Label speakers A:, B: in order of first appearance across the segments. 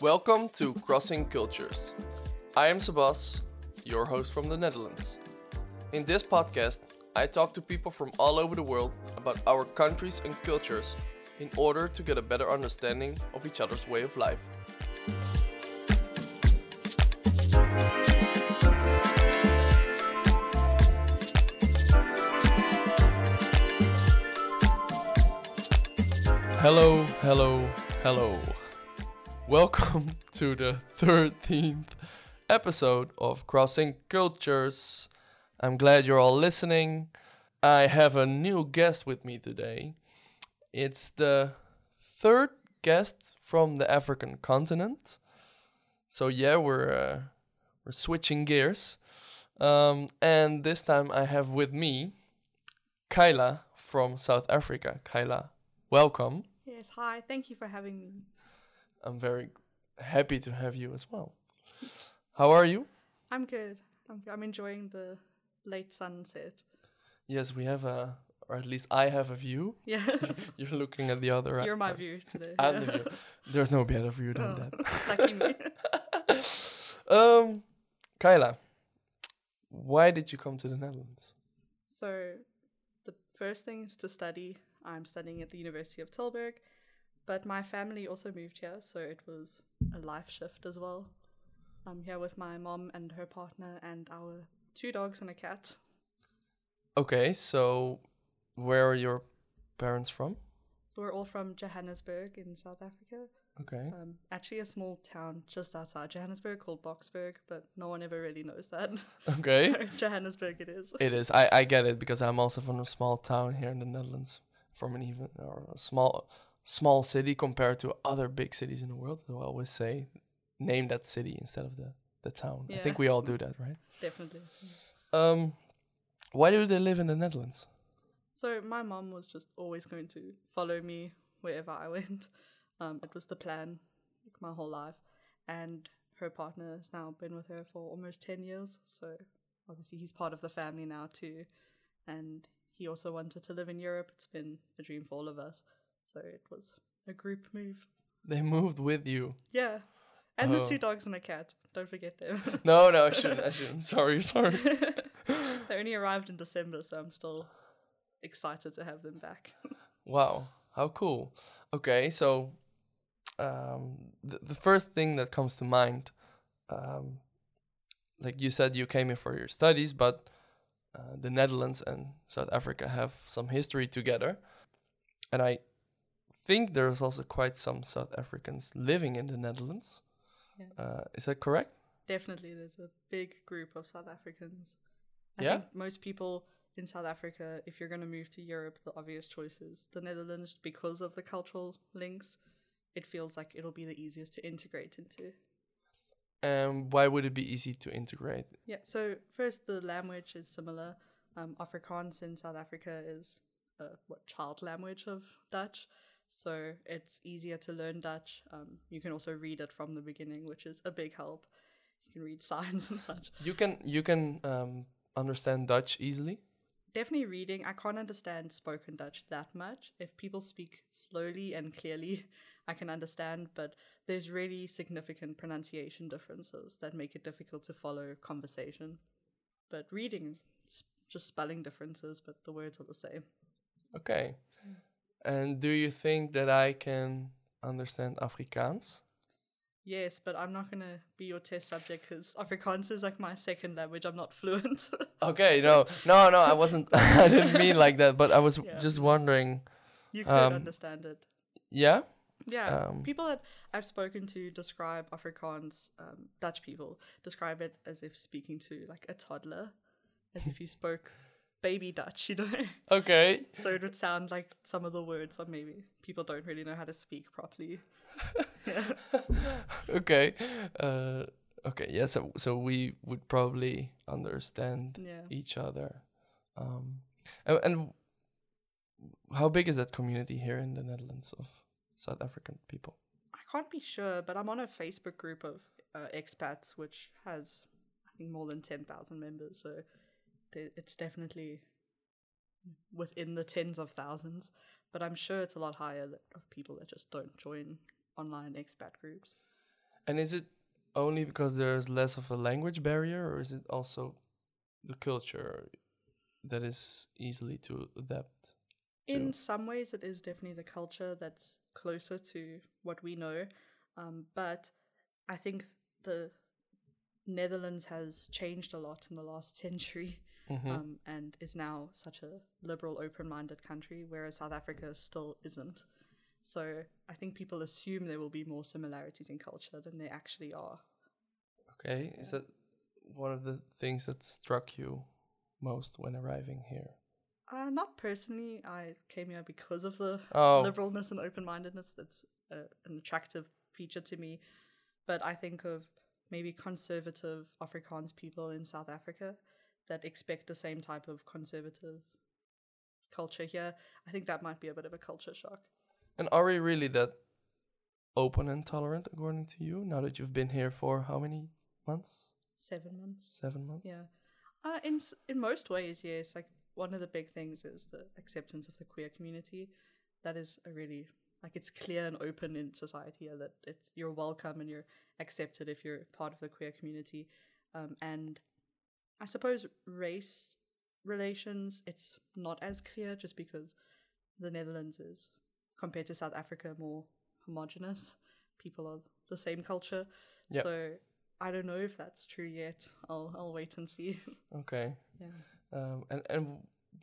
A: Welcome to Crossing Cultures. I am Sebas, your host from the Netherlands. In this podcast, I talk to people from all over the world about our countries and cultures in order to get a better understanding of each other's way of life. Hello, hello, hello. Welcome to the 13th episode of Crossing Cultures. I'm glad you're all listening. I have a new guest with me today. It's the third guest from the African continent. So yeah, we're uh, we're switching gears. Um, and this time I have with me Kyla from South Africa. Kyla, welcome.
B: Yes, hi. Thank you for having me.
A: I'm very g- happy to have you as well. How are you?
B: I'm good. I'm, I'm enjoying the late sunset.
A: Yes, we have a, or at least I have a view.
B: Yeah,
A: You're looking at the other.
B: you're my
A: uh,
B: view today.
A: I'm
B: yeah.
A: the view. There's no better view than
B: Oh,
A: that.
B: Lucky me.
A: Um, Kyla, why did you come to the Netherlands?
B: So, the first thing is to study. I'm studying at the University of Tilburg, but my family also moved here, so it was a life shift as well. I'm here with my mom and her partner and our two dogs and a cat.
A: Okay, so where are your parents from?
B: We're all from Johannesburg in South Africa.
A: Okay.
B: Um, actually, a small town just outside Johannesburg called Boxburg, but no one ever really knows that.
A: Okay.
B: So, Johannesburg it is.
A: It is. I, I get it because I'm also from a small town here in the Netherlands, from an even or a small small city compared to other big cities in the world. So I always say, name that city instead of the the town. I think
B: Yeah.
A: we all do that, right?
B: Definitely.
A: Um, why do they live in the Netherlands?
B: So my mom was just always going to follow me wherever I went. Um, it was the plan like, my whole life. And her partner has now been with her for almost 10 years. So obviously he's part of the family now too. And he also wanted to live in Europe. It's been a dream for all of us. So it was a group move.
A: They moved with you.
B: Yeah.
A: Oh.
B: And the two dogs and a cat. Don't forget them.
A: No, no, I shouldn't. I shouldn't. Sorry, sorry.
B: they only arrived in December, so I'm still excited to have them back.
A: Wow, how cool. Okay, so um, th- the first thing that comes to mind, um, like you said, you came here for your studies, but uh, the Netherlands and South Africa have some history together. And I think there's also quite some South Africans living in the Netherlands.
B: Yeah.
A: Uh, is that correct?
B: Definitely, there's a big group of South Africans. I
A: Yeah?
B: think most people in South Africa, if you're going to move to Europe, the obvious choice is the Netherlands because of the cultural links. It feels like it'll be the easiest to integrate into.
A: And why would it be easy to integrate?
B: Yeah, so first, the language is similar. Um, Afrikaans in South Africa is a what, child language of Dutch, so it's easier to learn Dutch. Um, you can also read it from the beginning, which is a big help. You can read signs and such.
A: You can you can um, understand Dutch easily.
B: Definitely reading. I can't understand spoken Dutch that much. If people speak slowly and clearly, I can understand, but there's really significant pronunciation differences that make it difficult to follow conversation. But reading, s- just spelling differences, but the words are the same.
A: Okay. And do you think that I can understand Afrikaans?
B: Yes, but I'm not going to be your test subject because Afrikaans is like my second language. I'm not fluent.
A: Okay, no, no, no. I wasn't. I didn't mean like that. But I was
B: Yeah.
A: just wondering.
B: you could
A: Um,
B: understand it.
A: Yeah.
B: Yeah,
A: Um,
B: people that I've spoken to describe Afrikaans, um, Dutch people describe it as if speaking to like a toddler, as if you spoke baby Dutch, you know?
A: Okay.
B: so it would sound like some of the words that maybe people don't really know how to speak properly. yeah.
A: Okay. Uh, okay. Yeah. So so we would probably understand
B: yeah.
A: each other. Um, and, and how big is that community here in the Netherlands of South African people?
B: I can't be sure, but I'm on a Facebook group of uh, expats which has, I think, more than 10,000 members. So th- it's definitely within the tens of thousands. But I'm sure it's a lot higher that, of people that just don't join online expat groups.
A: And is it only because there's less of a language barrier, or is it also the culture that is easily to adapt? to?
B: In some ways, it is definitely the culture that's closer to what we know. Um, but I think the Netherlands has changed a lot in the last century
A: Mhm.
B: um, and is now such a liberal, open minded country, whereas South Africa still isn't. So I think people assume there will be more similarities in culture than there actually are.
A: Okay, is that one of the things that struck you most when arriving here?
B: Uh, not personally. I came here because of the
A: Oh.
B: liberalness and open mindedness. That's uh, an attractive feature to me. But I think of maybe conservative Afrikaans people in South Africa that expect the same type of conservative culture here. I think that might be a bit of a culture shock.
A: And are we really that open and tolerant, according to you, now that you've been here for how many months?
B: Seven months.
A: Seven months?
B: Yeah. Uh, in s- in most ways, yes. Like one of the big things is the acceptance of the queer community. That is a really like it's clear and open in society uh, that it's you're welcome and you're accepted if you're part of the queer community. Um, and I suppose race relations, it's not as clear just because the Netherlands is compared to South Africa more homogenous. People are the same culture,
A: Yep.
B: so I don't know if that's true yet. I'll I'll wait and see.
A: Okay.
B: Yeah.
A: Um, and and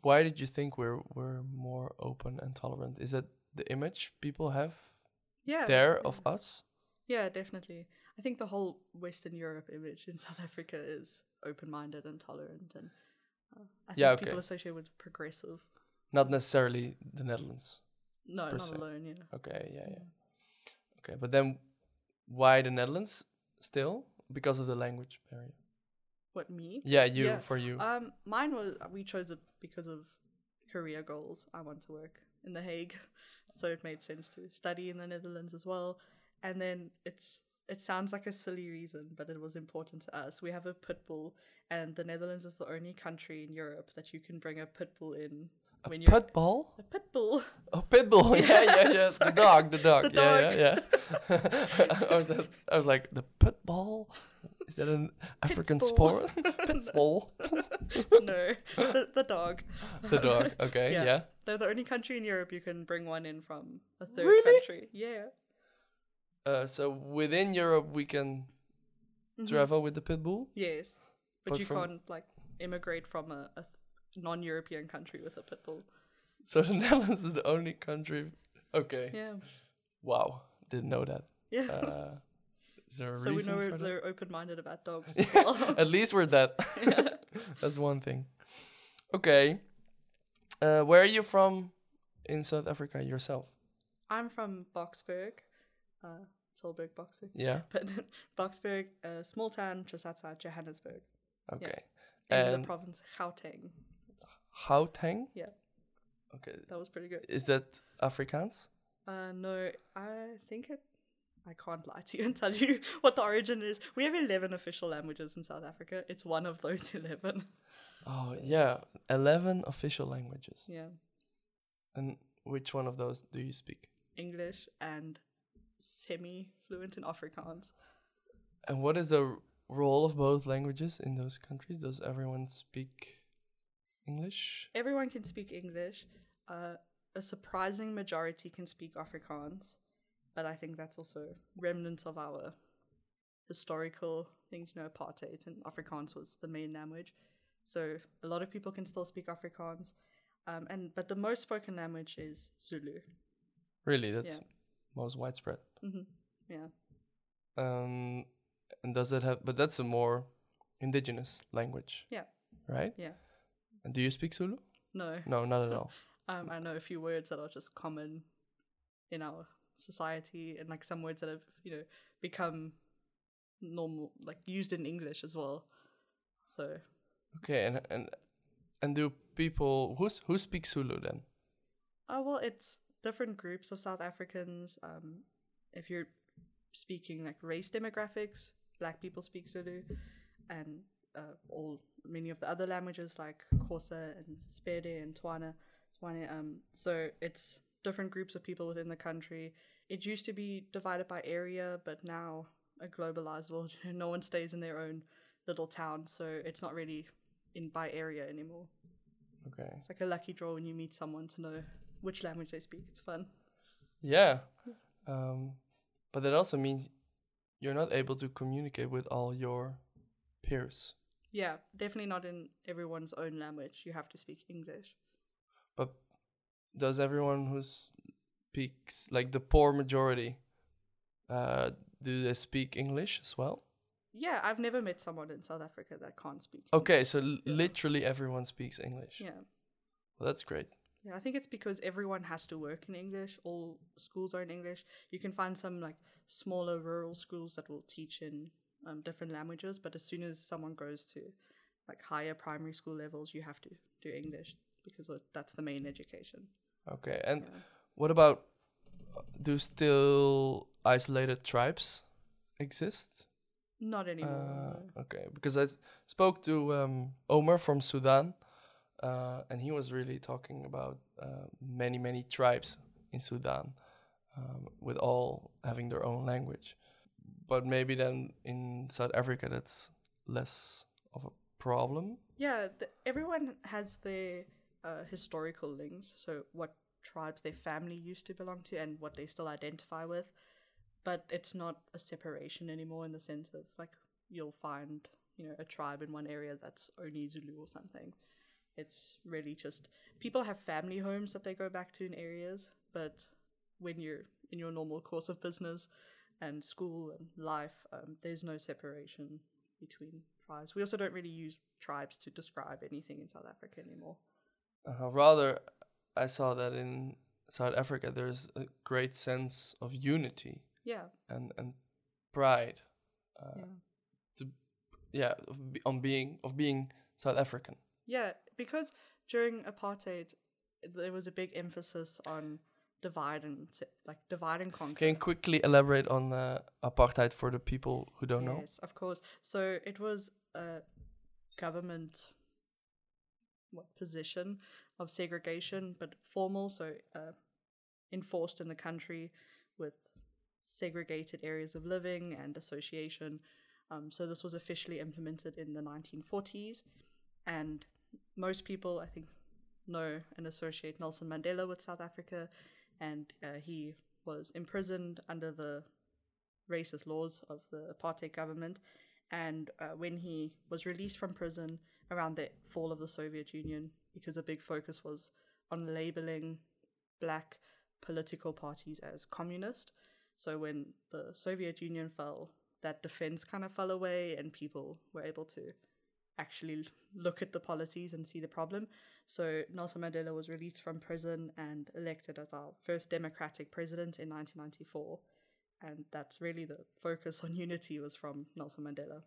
A: why did you think we're we're more open and tolerant? Is that the image people have
B: Yeah.
A: there of us?
B: Yeah, definitely. I think the whole Western Europe image in South Africa is open-minded and tolerant, and uh, I think
A: Yeah, okay.
B: people associate with progressive.
A: Not necessarily the Netherlands.
B: No,
A: Per
B: not
A: se.
B: alone. Yeah.
A: Okay, yeah, yeah. Okay, but then why the Netherlands still? Because of the language barrier.
B: What me?
A: Yeah, you
B: Yeah.
A: for you.
B: Um, mine was we chose it because of career goals. I want to work in The Hague, so it made sense to study in the Netherlands as well. And then it's it sounds like a silly reason, but it was important to us. We have a pit bull, and the Netherlands is the only country in Europe that you can bring a pit bull in when you're
A: Put bull?
B: a pit bull.
A: Oh, pitbull. Yeah, yeah, yeah. The
B: sorry.
A: dog, the dog.
B: The
A: yeah, yeah, yeah. I was that, I was like the pitbull. Is that an African
B: Pitbull.
A: sport? pitbull.
B: no, the, the dog.
A: The dog. Okay. Yeah.
B: Yeah. They're the only country in Europe you can bring one in from a third
A: Really?
B: country. Yeah.
A: Uh, so within Europe, we can
B: Mm-hmm.
A: travel with the pitbull.
B: Yes, but,
A: But
B: you
A: from-
B: can't like immigrate from a, a non-European country with a pit bull.
A: So the Netherlands is the only country. Okay.
B: Yeah,
A: Wow. Didn't know that.
B: yeah.
A: Eh. Uh, is there a
B: so we
A: reason
B: know
A: for
B: we're,
A: that?
B: they're open-minded about dogs. As well.
A: At least we're that. That's one thing. Okay. Uh, where are you from in South Africa yourself?
B: I'm from Boxburg, uh, Tilburg, Boxburg,
A: Yeah.
B: but Boxburg, a small town just outside Johannesburg
A: Okay.
B: in the
A: And
B: province Gauteng.
A: Gauteng?
B: Yeah.
A: Okay.
B: That was pretty good.
A: Is that Afrikaans?
B: Uh, no, I think it. I can't lie to you and tell you what the origin is. We have eleven official languages in South Africa. It's one of those eleven.
A: Oh, yeah. 11 official languages.
B: Yeah.
A: And which one of those do you speak?
B: English and semi fluent in Afrikaans.
A: And what is the r- role of both languages in those countries? Does everyone speak English?
B: Everyone can speak English. Uh, a surprising majority can speak Afrikaans, but I think that's also remnants of our historical things, you know, apartheid, and Afrikaans was the main language. So a lot of people can still speak Afrikaans. Um, and but the most spoken language is Zulu.
A: Really, that's
B: Yeah.
A: most widespread.
B: hmm Yeah.
A: Um, and does that have? But that's a more indigenous language.
B: Yeah.
A: Right.
B: Yeah.
A: And do you speak Zulu?
B: No.
A: No, not at all.
B: Um, I know a few words that are just common in our society, and like some words that have you know become normal, like used in English as well. So
A: Okay. And and and do people who who speak Zulu then?
B: Oh, well, it's different groups of South Africans. Um, if you're speaking like race demographics, black people speak Zulu, and uh, all many of the other languages like Xhosa and Sepedi and Tswana. Tswana um, so it's different groups of people within the country. It used to be divided by area, but now a globalized world. You know, no one stays in their own little town, so it's not really in by area anymore.
A: Okay.
B: It's like a lucky draw when you meet someone to know which language they speak. It's fun.
A: Yeah. Um, but that also means you're not able to communicate with all your peers.
B: Yeah, definitely not in everyone's own language. You have to speak English.
A: But does everyone who speaks, like the poor majority, uh, do they speak English as well?
B: Yeah, I've never met someone in South Africa that can't speak.
A: Okay, so l- literally everyone speaks English.
B: English. Yeah.
A: Well, that's great.
B: Yeah, I think it's because everyone has to work in English. All schools are in English. You can find some like smaller rural schools that will teach in um, different languages, but as soon as someone goes to like higher primary school levels, you have to do English because of- that's the main education.
A: Okay, and
B: Yeah.
A: what about uh, do still isolated tribes exist?
B: Not
A: Uh,
B: anymore. no.
A: okay, because I s- spoke to um, Omar from Sudan, uh, and he was really talking about uh, many, many tribes in Sudan, um, with all having their own language. But maybe then in South Africa, that's less of a problem.
B: Yeah, th- everyone has their uh, historical links, so what tribes their family used to belong to and what they still identify with, but it's not a separation anymore in the sense of like you'll find, you know, a tribe in one area that's only Zulu or something. It's really just people have family homes that they go back to in areas, but when you're in your normal course of business and school and life, um, there's no separation between tribes. We also don't really use tribes to describe anything in South Africa anymore.
A: Uh, rather, I saw that in South Africa, there's a great sense of unity
B: Yeah,
A: and and pride. Uh,
B: yeah,
A: yeah, of be, on being of being South African.
B: yeah. Because during apartheid, there was a big emphasis on divide and se- like divide and conquer.
A: Can you quickly elaborate on uh, apartheid for the people who don't know?
B: Yes, of course. So it was a government what position of segregation, but formal, so uh, enforced in the country with segregated areas of living and association. Um, so this was officially implemented in the 1940s, and most people, I think, know and associate Nelson Mandela with South Africa, and uh, he was imprisoned under the racist laws of the apartheid government. And uh, when he was released from prison around the fall of the Soviet Union, because a big focus was on labeling black political parties as communist. So when the Soviet Union fell, that defense kind of fell away, and people were able to actually l- look at the policies and see the problem. So Nelson Mandela was released from prison and elected as our first democratic president in 1994 and that's really the focus on unity was from Nelson Mandela.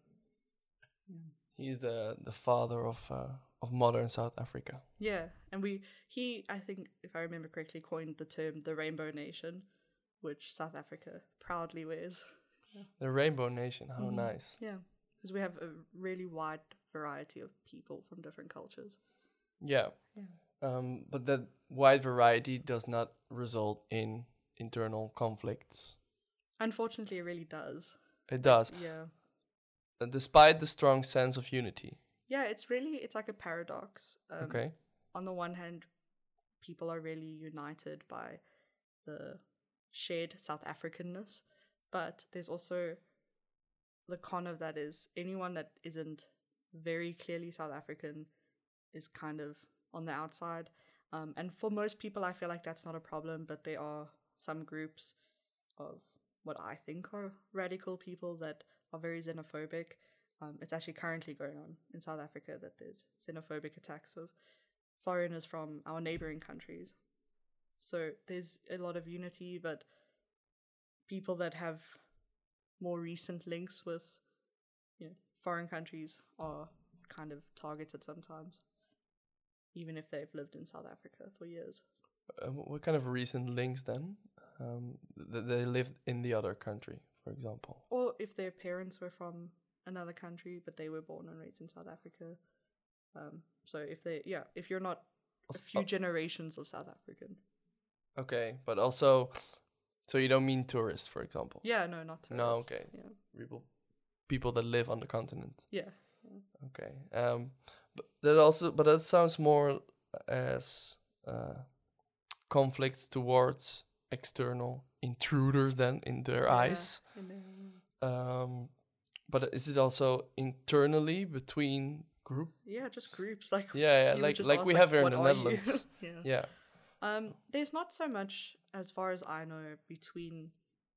A: He's the the father of uh, of modern South Africa.
B: Yeah, and we he I think if I remember correctly coined the term the Rainbow Nation, which South Africa proudly wears.
A: The Rainbow Nation. How
B: Mm-hmm.
A: nice.
B: Yeah, because we have a really wide variety of people from different cultures.
A: Yeah. Um, but that wide variety does not result in internal conflicts.
B: Unfortunately, it really does.
A: It does,
B: Yeah.
A: uh, despite the strong sense of unity.
B: Yeah, it's really it's like a paradox. Um,
A: okay.
B: on the one hand, people are really united by the shared South Africanness, but there's also the con of that is anyone that isn't very clearly South African is kind of on the outside. Um, and for most people, I feel like that's not a problem, but there are some groups of what I think are radical people that are very xenophobic. Um, it's actually currently going on in South Africa that there's xenophobic attacks of foreigners from our neighboring countries. So there's a lot of unity, but people that have more recent links with you know, foreign countries are kind of targeted sometimes, even if they've lived in South Africa for years.
A: Um, what kind of recent links then? Um, th- they lived in the other country, for example.
B: Or if their parents were from another country, but they were born and raised in South Africa. Um, so if they, yeah, if you're not a
A: Also-
B: few generations of South African.
A: Okay, but also So you don't mean tourists, for example.
B: Yeah, no, not tourists.
A: No, okay.
B: Yeah.
A: People, people that live on the continent.
B: Yeah.
A: Okay. Um, but that also, but that sounds more as uh, conflicts towards external intruders than in their
B: Yeah.
A: eyes.
B: And then,
A: Um, but is it also internally between group?
B: yeah, just groups like
A: Yeah,
B: you
A: yeah
B: would
A: like
B: just
A: like
B: ask,
A: we have here in
B: "What
A: the
B: are you?"
A: Netherlands.
B: yeah.
A: Yeah.
B: Um, there's not so much, as far as I know, between,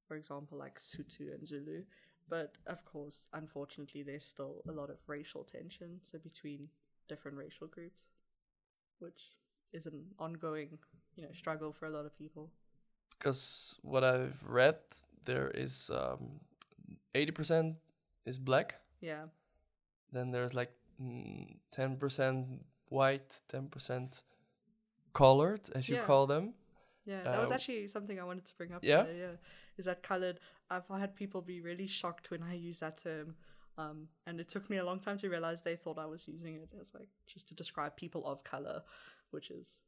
B: for example, like Sutu and Zulu, but of course, unfortunately, there's still a lot of racial tension. So between different racial groups, which is an ongoing, you know, struggle for a lot of people.
A: because what I've read, there is um, 80% is black,
B: Yeah,
A: then there's like mm, 10% white, 10% colored, as you
B: Yeah.
A: call them.
B: yeah. That was
A: Uh,
B: actually something I wanted to bring up.
A: yeah?
B: today, yeah. Is that colored? I've had people be really shocked when I use that term. Um, and it took me a long time to realize they thought I was using it as like just to describe people of color, which is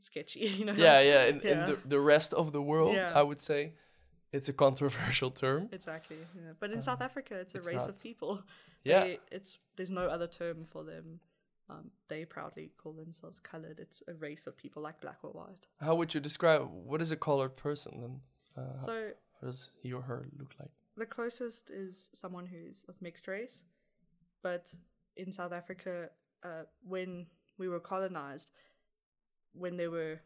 B: sketchy, you know.
A: Yeah, yeah. In, in
B: Yeah.
A: the, the rest of the world,
B: Yeah.
A: I would say it's a controversial term.
B: Exactly. Yeah. But in South Africa, it's a
A: Uh, it's
B: race
A: not.
B: of people.
A: Yeah.
B: They, it's there's no other term for them. Um, they proudly call themselves colored. It's a race of people like black or white.
A: How would you describe what is a colored person then? Uh, how-
B: So
A: how does he or her look like?
B: the closest is someone who's of mixed race, but in South Africa, uh, when we were colonized, when there were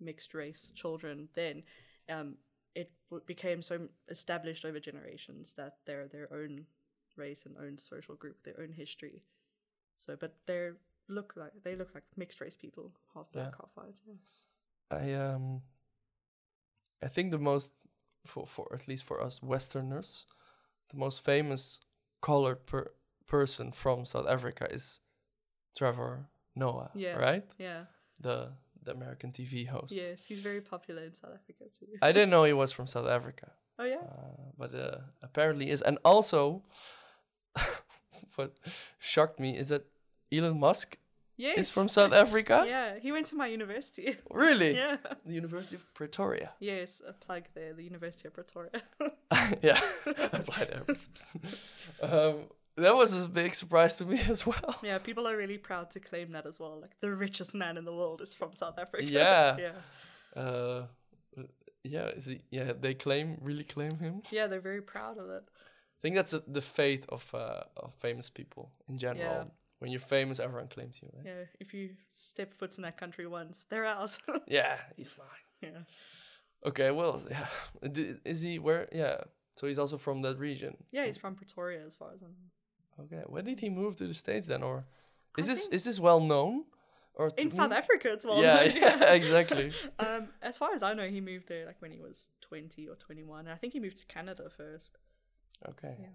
B: mixed race children, then um, it w- became so established over generations that they're their own race and own social group, their own history. So, but they look like they look like mixed race people, half black,
A: Yeah.
B: half white. Yeah.
A: I um I think the most for for at least for us Westerners, the most famous colored per- person from South Africa is Trevor Noah,
B: Yeah.
A: right?
B: Yeah.
A: The the American TV host.
B: Yes, he's very popular in South Africa too.
A: I didn't know he was from South Africa,
B: Oh yeah.
A: uh, but uh, apparently is. And also, what shocked me is that Elon Musk
B: Yes.
A: is from South Africa.
B: Yeah, he went to my university.
A: Really?
B: yeah.
A: The University of Pretoria.
B: Yes, a plug there, the University of Pretoria.
A: yeah, applied errors. um, that was a big surprise to me as well.
B: yeah, people are really proud to claim that as well. Like the richest man in the world is from South Africa.
A: Yeah.
B: yeah.
A: Uh, yeah, is he, yeah, they claim really claim him.
B: Yeah, they're very proud of it.
A: I think that's uh the fate of uh, of famous people in general.
B: Yeah.
A: When you're famous, everyone claims you. Right?
B: Yeah. If you step foot in that country once, they're ours.
A: Yeah, he's mine.
B: yeah.
A: Okay, well, yeah, D- is he where? Yeah, so he's also from that region.
B: Yeah, he's from Pretoria as far as I know.
A: Okay, when did he move to the states then, or is
B: I
A: this
B: think-
A: is this well known? Or
B: In
A: to
B: South
A: whom?
B: Africa as well.
A: Yeah, yeah, exactly.
B: um, as far as I know, he moved there like when he was 20 or 21. And I think he moved to Canada first.
A: Okay.
B: Yeah.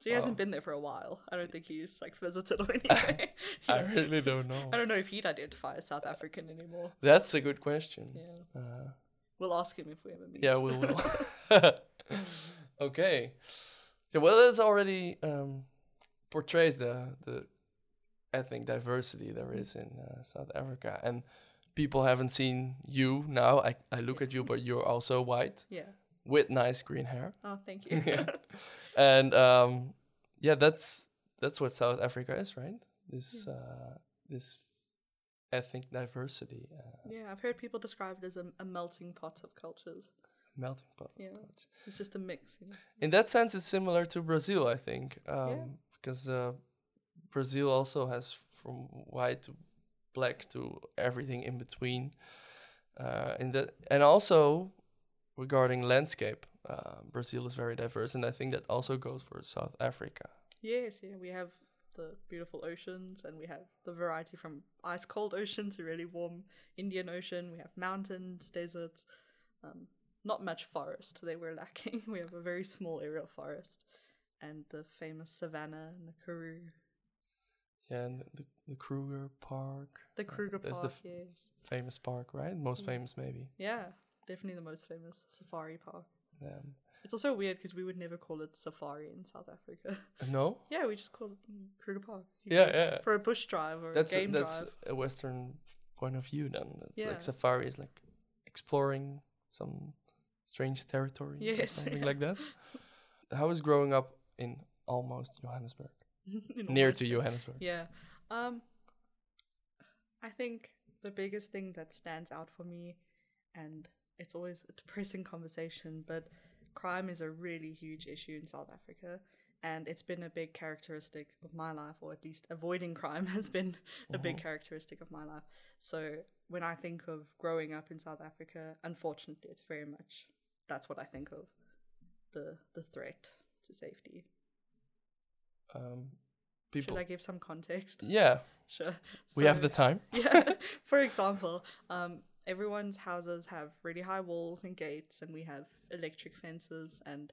B: So he
A: Wow.
B: hasn't been there for a while. I don't think he's like visited or anything.
A: I really don't know.
B: I don't know if he'd identify as South African anymore.
A: That's a good question.
B: Yeah.
A: Uh,
B: We'll ask him if we ever meet.
A: yeah, we will. okay. So, well, that's already um, portrays the the ethnic diversity there is in uh, South Africa, and people haven't seen you now. I I look at you, but you're also white
B: yeah.
A: with nice green hair,
B: Oh, thank you.
A: Yeah. and um, yeah, that's that's what South Africa is, right? This uh, this ethnic diversity uh,
B: Yeah, I've heard people describe it as a, a melting pot of cultures.
A: melting pot.
B: Yeah. It's just a mix. You know?
A: in that sense, it's similar to Brazil, I think, um, because uh, Brazil also has from white to black to everything in between. Uh, in that, and also regarding landscape, uh, Brazil is very diverse, and I think that also goes for South Africa.
B: Yes, yeah. We have the beautiful oceans and we have the variety from ice cold ocean to really warm Indian Ocean. We have mountains, deserts, um, not much forest. They were lacking. We have a very small area of forest and the famous savannah and the Karoo.
A: Yeah, and the, the Kruger Park,
B: The Kruger
A: Uh, there's
B: Park,
A: the f-
B: yes.
A: famous park, right? Most famous, maybe.
B: Yeah, definitely the most famous safari park.
A: Um,
B: It's also weird because we would never call it safari in South Africa.
A: no,
B: yeah, we just call it mm, Kruger Park. You
A: yeah,
B: go
A: yeah.
B: For a bush drive or
A: That's
B: a
A: a,
B: game
A: that's
B: drive.
A: a Western point of view. Then It's
B: Yeah.
A: like safari is like exploring some strange territory or
B: Yes,
A: something
B: yeah.
A: like that. How is growing up in almost Johannesburg?
B: In
A: Near to
B: Austria.
A: Johannesburg.
B: Yeah. Um I think the biggest thing that stands out for me and it's always a depressing conversation, but crime is a really huge issue in South Africa and it's been a big characteristic of my life or at least avoiding crime has been a
A: Uh-huh.
B: big characteristic of my life. So when I think of growing up in South Africa, unfortunately it's very much that's what I think of. The the threat to safety.
A: Um,
B: Should
A: people.
B: I give some context?
A: yeah,
B: Sure.
A: we have
B: So-
A: the time.
B: yeah. For example, um, everyone's houses have really high walls and gates, and we have electric fences and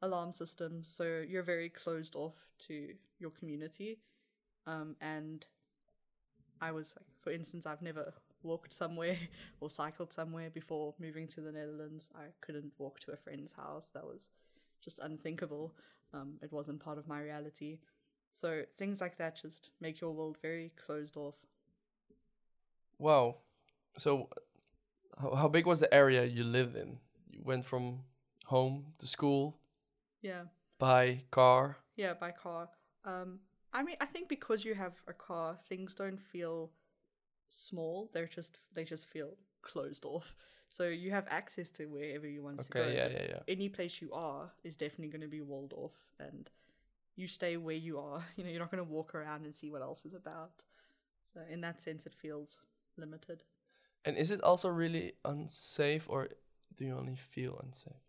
B: alarm systems. So you're very closed off to your community. Um, and I was like, for instance, I've never walked somewhere or cycled somewhere before moving to the Netherlands. I couldn't walk to a friend's house. That was just unthinkable. Um, it wasn't part of my reality. So things like that just make your world very closed off.
A: Wow. So, uh, how, how big was the area you lived in? You went from home to school
B: Yeah,
A: by car.
B: yeah, by car. Um, I mean, I think because you have a car, things don't feel small. They're just they just feel closed off. So you have access to wherever you want to go.
A: Okay. Yeah. Yeah. Yeah.
B: Any place you are is definitely going to be walled off, and you stay where you are. You know, you're not going to walk around and see what else is about. So in that sense, it feels limited.
A: And is it also really unsafe, or do you only feel unsafe?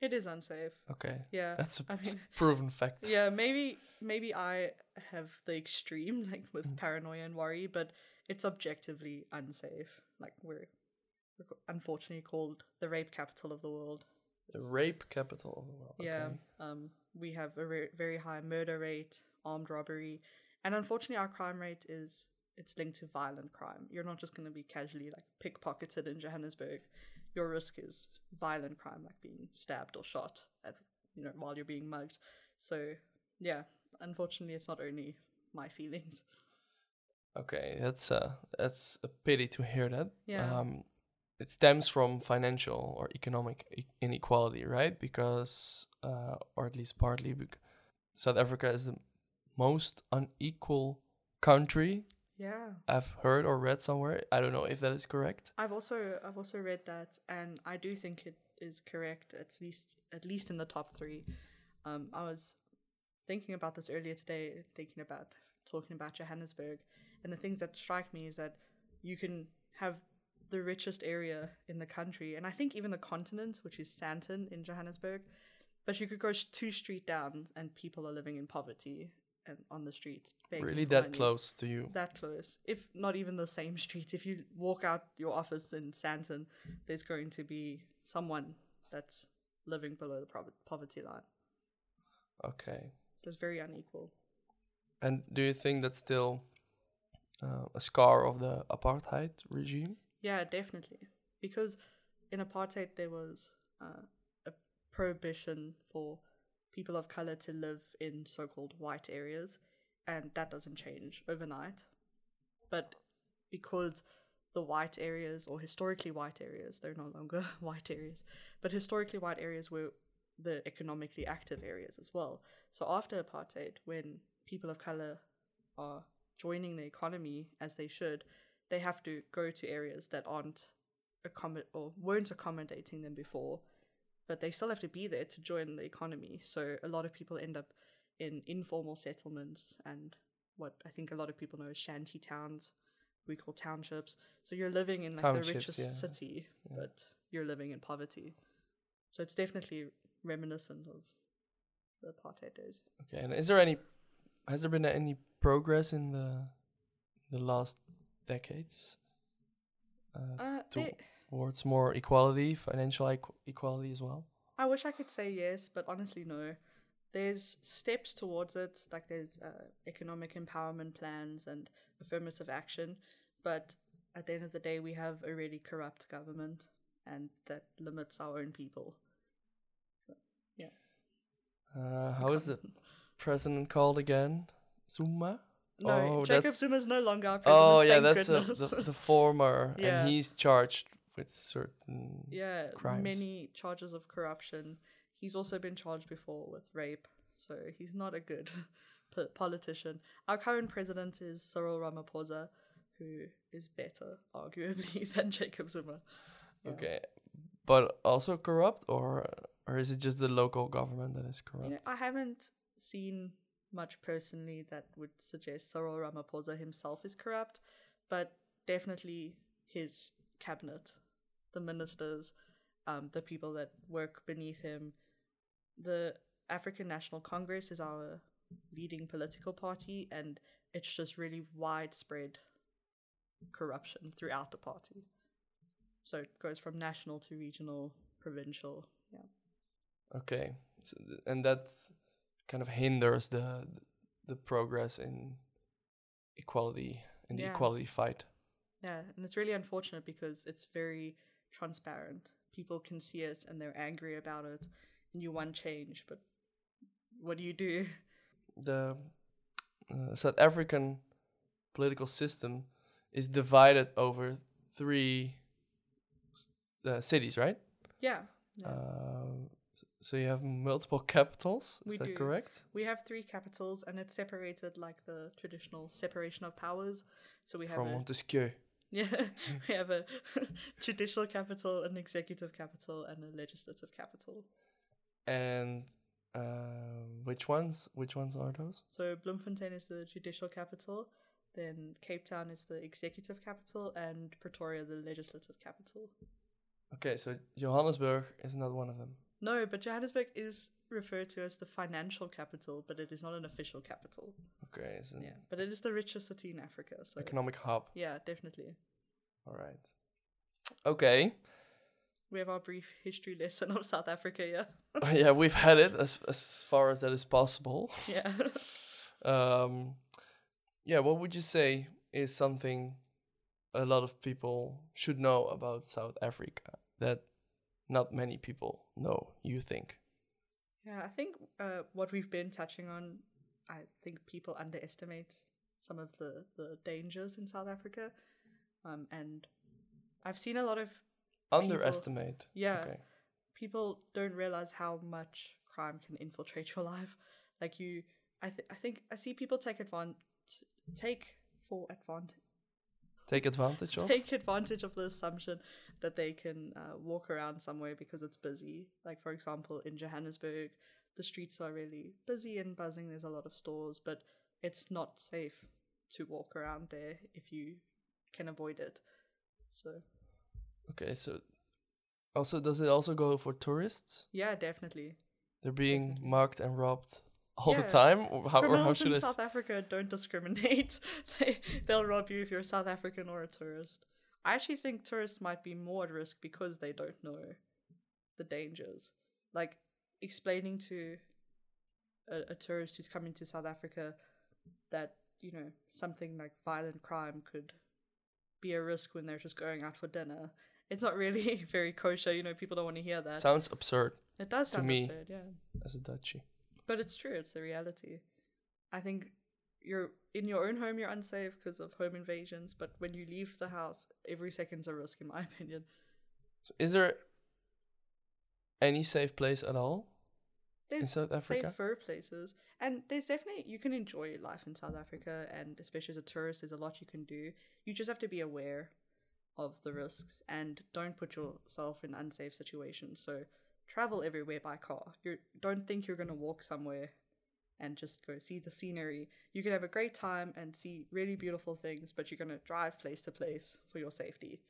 B: It is unsafe.
A: Okay.
B: Yeah,
A: That's a
B: I mean,
A: proven fact.
B: yeah maybe maybe i have the extreme like with paranoia and worry but it's objectively unsafe like we're, we're c- unfortunately called the rape capital of the world
A: The rape capital of the world.
B: yeah
A: okay.
B: um we have a re- very high murder rate armed robbery and unfortunately our crime rate is it's linked to violent crime you're not just going to be casually like pickpocketed in johannesburg your risk is violent crime like being stabbed or shot at you know while you're being mugged so yeah unfortunately it's not only my feelings
A: Okay, that's uh that's a pity to hear that.
B: Yeah.
A: Um it stems from financial or economic i- inequality, right? Because uh or at least partly bec- South Africa is the most unequal country
B: yeah
A: I've heard or read somewhere. I don't know if that is correct.
B: I've also I've also read that, and I do think it is correct. At least at least in the top three. Um, I was thinking about this earlier today, thinking about talking about Johannesburg, and the things that strike me is that you can have the richest area in the country, and I think even the continent, which is Santon in Johannesburg, but you could go s- two street down, and people are living in poverty and on the streets. begging
A: really
B: for
A: that
B: money
A: close to you.
B: that close, if not even the same streets. If you walk out your office in Santon, there's going to be someone that's living below the prob- poverty line.
A: Okay.
B: So it's very unequal.
A: And do you think that's still uh, a scar of the apartheid regime?
B: Yeah, definitely. Because in apartheid, there was uh, a prohibition for people of color to live in so called white areas, and that doesn't change overnight. But because the white areas, or historically white areas, they're no longer white areas, but historically white areas were the economically active areas as well. So after apartheid, when people of color are joining the economy as they should, they have to go to areas that aren't accommod or weren't accommodating them before, but they still have to be there to join the economy. So a lot of people end up in informal settlements and what I think a lot of people know as shanty towns, we call townships. So you're living in like the
A: Townships,
B: richest
A: yeah.
B: city,
A: Yeah.
B: but you're living in poverty. So it's definitely reminiscent of the apartheid days.
A: Okay, and is there any has there been any progress in the the last decades uh,
B: Uh,
A: to-
B: they-
A: towards more equality, financial equ- equality as well?
B: I wish I could say yes, but honestly, no. There's steps towards it, like there's uh, economic empowerment plans and affirmative action, but at the end of the day, we have a really corrupt government, and that limits our own people.
A: Uh, how is the president called again? Zuma.
B: No,
A: Oh,
B: Jacob
A: that's-
B: Zuma's no longer our president.
A: Oh yeah,
B: thank
A: that's uh
B: goodness.
A: the the former,
B: Yeah.
A: and he's charged with certain.
B: yeah,
A: crimes.
B: many charges of corruption. He's also been charged before with rape, so he's not a good po- politician. Our current president is Cyril Ramaphosa, who is better, arguably, than Jacob Zuma. Yeah.
A: Okay, but also corrupt, or or is it just the local government that is corrupt?
B: You know, I haven't seen much personally that would suggest Cyril Ramaphosa himself is corrupt, but definitely his cabinet, the ministers, um, the people that work beneath him. The African National Congress is our leading political party, and it's just really widespread corruption throughout the party. So it goes from national to regional, provincial. Yeah.
A: Okay, so th- and that kind of hinders the the progress in equality in the
B: Yeah.
A: equality fight.
B: Yeah, and it's really unfortunate because it's very transparent. People can see it and they're angry about it, and you want change, but what do you do?
A: The uh, South African political system is divided over three s- uh, cities, right?
B: Yeah, yeah.
A: Um, s- so you have multiple capitals. Is
B: We
A: that
B: do.
A: correct?
B: we have three capitals, and it's separated like the traditional separation of powers. So we have
A: From
B: a,
A: Montesquieu.
B: yeah, we have a judicial capital, an executive capital, and a legislative capital.
A: And um, which ones? Which ones are those?
B: So Bloemfontein is the judicial capital, then Cape Town is the executive capital, and Pretoria the legislative capital.
A: Okay, so Johannesburg is not one of them.
B: No, but Johannesburg is referred to as the financial capital, but it is not an official capital.
A: Okay, it's an
B: Yeah, but it is the richest city in Africa. So
A: economic hub.
B: yeah, definitely.
A: All right. Okay.
B: We have our brief history lesson of South Africa. Yeah,
A: yeah, we've had it as as far as that is possible.
B: yeah.
A: Um, yeah, what would you say is something a lot of people should know about South Africa that not many people know? You think?
B: Yeah, I think uh, what we've been touching on, I think people underestimate some of the, the dangers in South Africa. Um, and I've seen a lot of
A: Underestimate.
B: Yeah.
A: Okay.
B: people don't realize how much crime can infiltrate your life. Like you, I, th- I think I see people take advantage, take for advantage,
A: Take advantage of.
B: take advantage of the assumption that they can uh, walk around somewhere because it's busy. Like for example, in Johannesburg, the streets are really busy and buzzing. There's a lot of stores, but it's not safe to walk around there if you can avoid it. So
A: Okay, so also does it also go for tourists?
B: yeah, definitely.
A: They're being marked and robbed all the
B: Yeah.
A: time. Or how, or how
B: Criminals
A: should
B: in
A: I? s-
B: South Africa don't discriminate. they they'll rob you if you're a South African or a tourist. I actually think tourists might be more at risk because they don't know the dangers. Like explaining to a, a tourist who's coming to South Africa that you know something like violent crime could be a risk when they're just going out for dinner. It's not really very kosher. You know, people don't want to hear that.
A: Sounds absurd
B: it does
A: to
B: sound
A: me-
B: absurd, yeah.
A: as a Dutchie.
B: But it's true. It's the reality. I think you're in your own home. You're unsafe because of home invasions. But when you leave the house, every second's a risk, in my opinion.
A: So is there any safe place at all?
B: There's
A: South Africa?
B: safer places, and there's definitely you can enjoy life in South Africa, and especially as a tourist, there's a lot you can do. You just have to be aware of the risks and don't put yourself in unsafe situations. So travel everywhere by car. You don't think you're going to walk somewhere and just go see the scenery. You can have a great time and see really beautiful things, but you're going to drive place to place for your safety.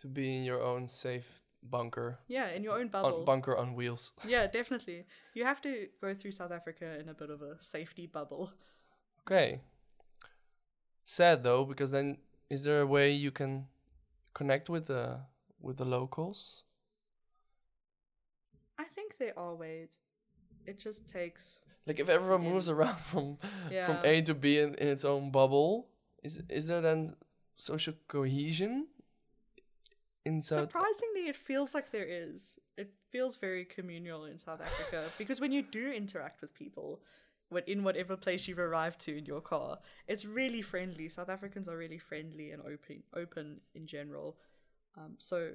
A: To be in your own safe bunker,
B: Yeah, in your own bubble.
A: on, bunker on wheels.
B: yeah, definitely. You have to go through South Africa in a bit of a safety bubble.
A: Okay. Sad though, because then is there a way you can connect with the with the locals?
B: I think there are ways. It just takes.
A: Like if everyone
B: Yeah.
A: moves around from from
B: Yeah.
A: A to B in, in its own bubble, is is there then social cohesion in South?
B: Surprisingly, it feels like there is. It feels very communal in South Africa because when you do interact with people, what in whatever place you've arrived to in your car, it's really friendly. South Africans are really friendly and open, open in general. Um, so,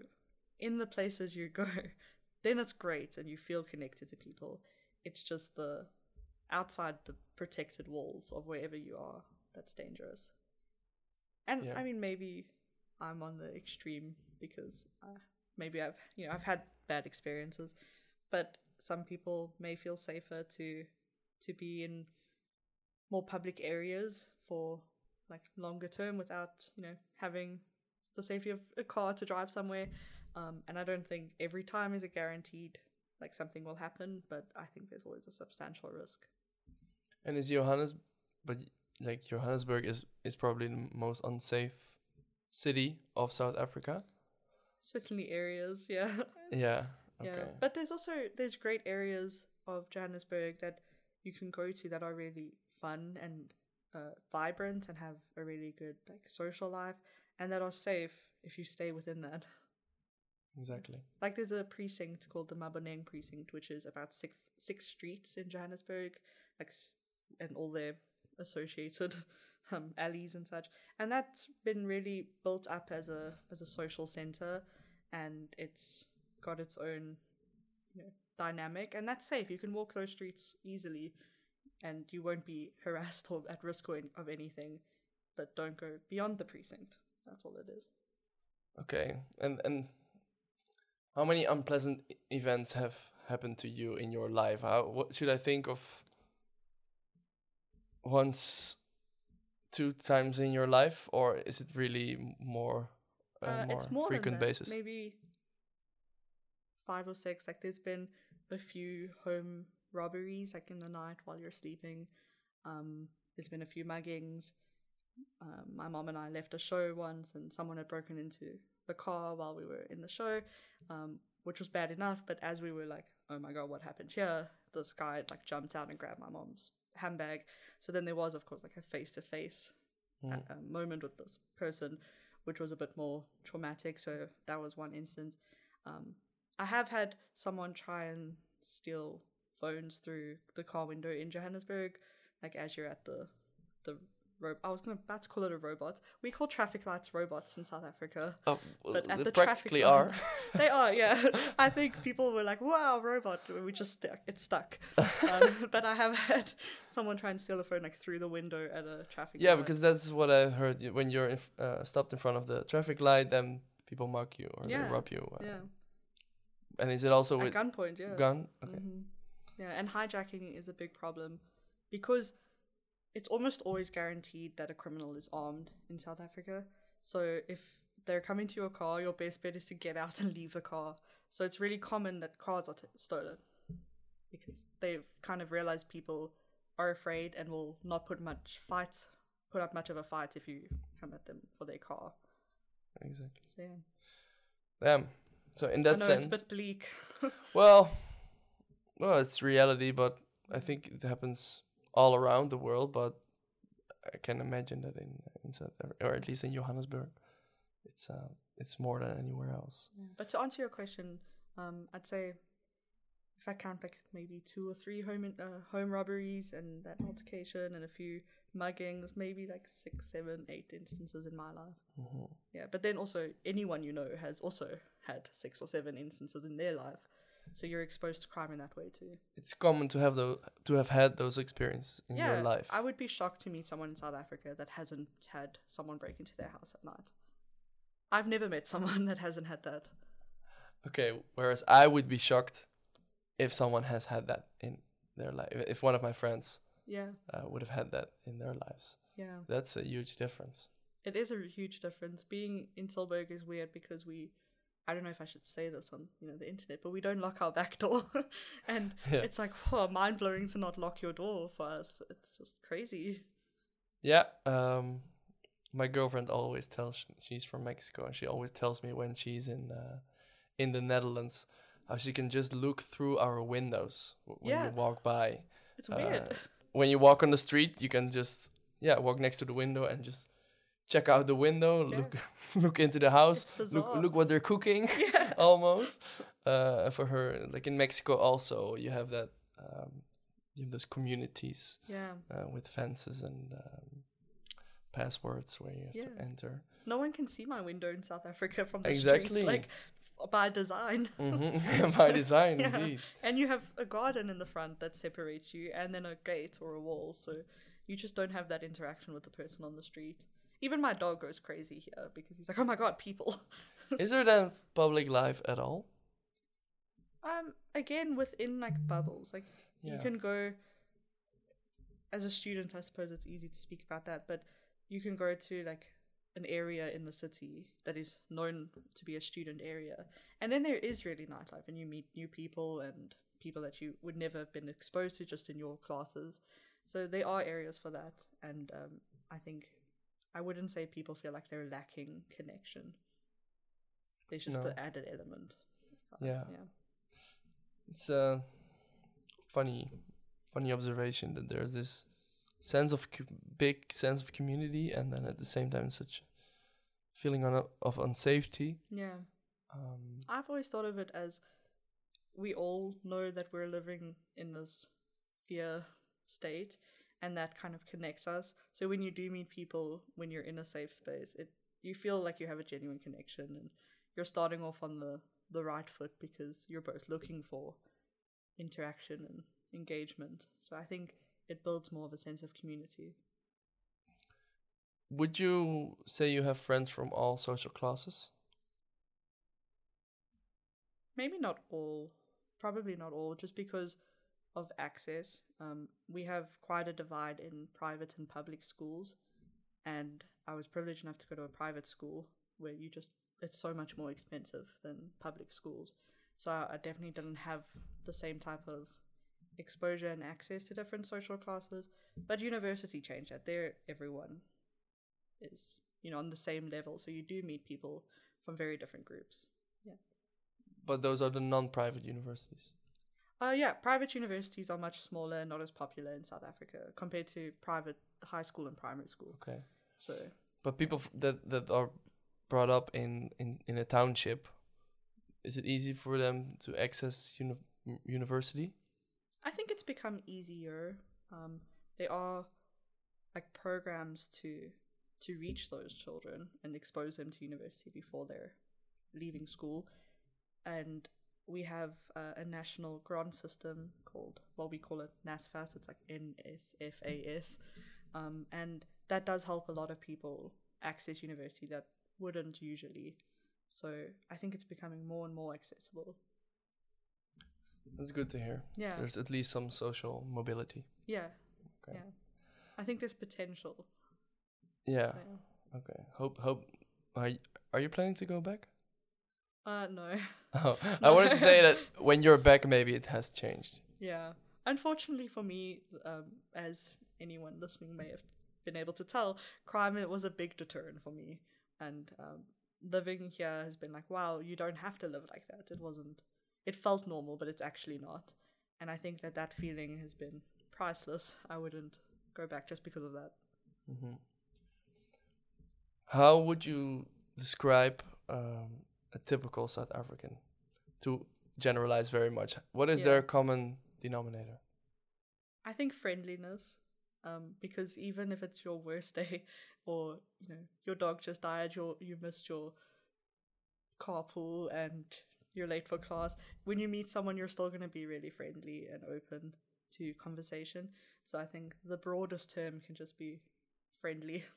B: in the places you go, then it's great and you feel connected to people. It's just the outside the protected walls of wherever you are that's dangerous. And
A: Yeah.
B: I mean, maybe I'm on the extreme because I, maybe I've you know I've had bad experiences, but some people may feel safer to to be in more public areas for like longer term without you know having the safety of a car to drive somewhere. Um, and I don't think every time is a guaranteed like something will happen, but I think there's always a substantial risk.
A: And is Johannes, but y- like Johannesburg is is probably the m- most unsafe city of South Africa.
B: Certainly areas, yeah.
A: Yeah. Okay.
B: Yeah, but there's also there's great areas of Johannesburg that you can go to that are really fun and uh, vibrant and have a really good like social life and that are safe if you stay within that.
A: exactly.
B: Like there's a precinct called the Maboneng precinct, which is about six six streets in Johannesburg, like s- and all their associated um, alleys and such. And that's been really built up as a as a social center, and it's got its own you know dynamic, and that's safe. You can walk those streets easily, and you won't be harassed or at risk or an- of anything. But don't go beyond the precinct. That's all it is.
A: Okay. And and how many unpleasant e- events have happened to you in your life? How what should I think of? Once, two times in your life, or is it really m- more? Uh,
B: Uh,
A: more
B: it's more
A: frequent
B: than that.
A: basis.
B: Maybe five or six. Like there's been a few home robberies, like in the night while you're sleeping. Um, there's been a few muggings. Um, my mom and I left a show once, and someone had broken into the car while we were in the show, um, which was bad enough. But as we were like, "Oh my god, what happened here?" This guy had, like jumped out and grabbed my mom's handbag. So then there was, of course, like a face to face
A: Mm.
B: a a moment with this person, which was a bit more traumatic. So that was one instance. Um, I have had someone try and steal phones through the car window in Johannesburg, like as you're at the the ro- I was gonna about to call it a robot. We call traffic lights robots in South Africa.
A: Oh, well,
B: But at
A: they
B: the traffic
A: practically are.
B: light- They are, yeah. I think people were like, "Wow, robot!" We just stuck. It's stuck. Um, but I have had someone try and steal a phone like through the window at a traffic.
A: Yeah,
B: light.
A: because that's what I heard. y- When you're in, f- uh, stopped in front of the traffic light, then people mock you or
B: Yeah,
A: they rob you. uh,
B: yeah,
A: And is it also
B: at
A: with
B: gunpoint. Yeah,
A: gun? Okay.
B: hmm Yeah, and hijacking is a big problem because it's almost always guaranteed that a criminal is armed in South Africa. So if they're coming to your car, your best bet is to get out and leave the car. So it's really common that cars are t- stolen because they've kind of realized people are afraid and will not put much fight, put up much of a fight if you come at them for their car.
A: Exactly.
B: So yeah,
A: Damn. So in that
B: I know
A: sense,
B: it's a bit bleak.
A: well, well, it's reality, but I think it happens all around the world. But I can imagine that in in South Af- or at least in Johannesburg, it's uh, it's more than anywhere else.
B: But to answer your question, um, I'd say if I count like maybe two or three home in, uh, home robberies and that altercation and a few muggings, maybe like six, seven, eight instances in my life.
A: Mhm.
B: Yeah, but then also anyone you know has also had six or seven instances in their life, so you're exposed to crime in that way too.
A: It's common to have those to have had those experiences in
B: yeah,
A: your life.
B: I would be shocked to meet someone in South Africa that hasn't had someone break into their house at night. I've never met someone that hasn't had that.
A: Okay, whereas I would be shocked if someone has had that in their life. If one of my friends
B: Yeah,
A: uh, would have had that in their lives,
B: yeah.
A: that's a huge difference.
B: It is a huge difference. Being in Tilburg is weird because we, I don't know if I should say this on you know the internet, but we don't lock our back door, and
A: Yeah.
B: it's like wow, mind blowing to not lock your door for us. It's just crazy.
A: Yeah. Um, my girlfriend always tells sh- she's from Mexico, and she always tells me when she's in uh, in the Netherlands how she can just look through our windows w- when
B: Yeah.
A: you walk by.
B: It's weird.
A: Uh, when you walk on the street, you can just yeah walk next to the window and just check out the window,
B: Yeah.
A: look look into the house,
B: It's
A: look
B: bizarre.
A: look what they're cooking, almost. Uh, for her, like in Mexico, also you have that um, you have those communities
B: yeah,
A: uh, with fences and um, passwords where you have to
B: Yeah.
A: enter.
B: No one can see my window in South Africa from the
A: Exactly.
B: streets, like f- by design.
A: Mhm. By design,
B: yeah.
A: indeed.
B: And you have a garden in the front that separates you, and then a gate or a wall, so you just don't have that interaction with the person on the street. Even my dog goes crazy here because he's like, "Oh my god, people!"
A: Is there then public life at all?
B: Um, again, within like bubbles, like
A: Yeah.
B: you can go. As a student, I suppose it's easy to speak about that, but you can go to like an area in the city that is known to be a student area, and then there is really nightlife, and you meet new people and people that you would never have been exposed to just in your classes. So there are areas for that, and um, I think I wouldn't say people feel like they're lacking connection. There's just
A: No.
B: the added element.
A: Yeah.
B: Yeah.
A: It's a funny, funny observation that there's this sense of cu- big sense of community, and then at the same time such feeling on, of unsafety.
B: Yeah.
A: Um,
B: I've always thought of it as we all know that we're living in this fear state and that kind of connects us. So when you do meet people when you're in a safe space, it you feel like you have a genuine connection and you're starting off on the the right foot because you're both looking for interaction and engagement. So I think it builds more of a sense of community.
A: would you say you have friends from all social classes?
B: maybe not all probably not all just because of access um, we have quite a divide in private and public schools and i was privileged enough to go to a private school where you just it's so much more expensive than public schools so i, I definitely didn't have the same type of exposure and access to different social classes but university changed that there everyone is you know on the same level so you do meet people from very different groups
A: But those are the non-private universities.
B: Uh, yeah, private universities are much smaller and not as popular in South Africa compared to private high school and primary school.
A: Okay.
B: So
A: But people f- that that are brought up in in in a township, is it easy for them to access uni- m- university?
B: I think it's become easier. Um, there are like programs to to reach those children and expose them to university before they're leaving school, and we have uh, a national grant system called well we call it NASFAS. It's like NSFAS, um, and that does help a lot of people access university that wouldn't usually. So I think it's becoming more and more accessible.
A: That's good to hear.
B: Yeah.
A: There's at least some social mobility.
B: Yeah.
A: Okay.
B: Yeah. I think there's potential.
A: Yeah.
B: there.
A: Okay. Hope hope are you, are you planning to go back?
B: Uh no.
A: Oh, I wanted to say that when you're back, maybe it has changed.
B: Yeah. Unfortunately for me, um, as anyone listening may have been able to tell, crime it was a big deterrent for me, and um, living here has been like, wow, you don't have to live like that. It wasn't. It felt normal, but it's actually not. And I think that that feeling has been priceless. I wouldn't go back just because of that.
A: How would you describe um, a typical South African? To generalize very much, what is
B: Yeah.
A: their common denominator?
B: I think friendliness, um, because even if it's your worst day, or you know your dog just died, your you missed your carpool and you're late for class. When you meet someone, you're still gonna be really friendly and open to conversation. So I think the broadest term can just be friendly.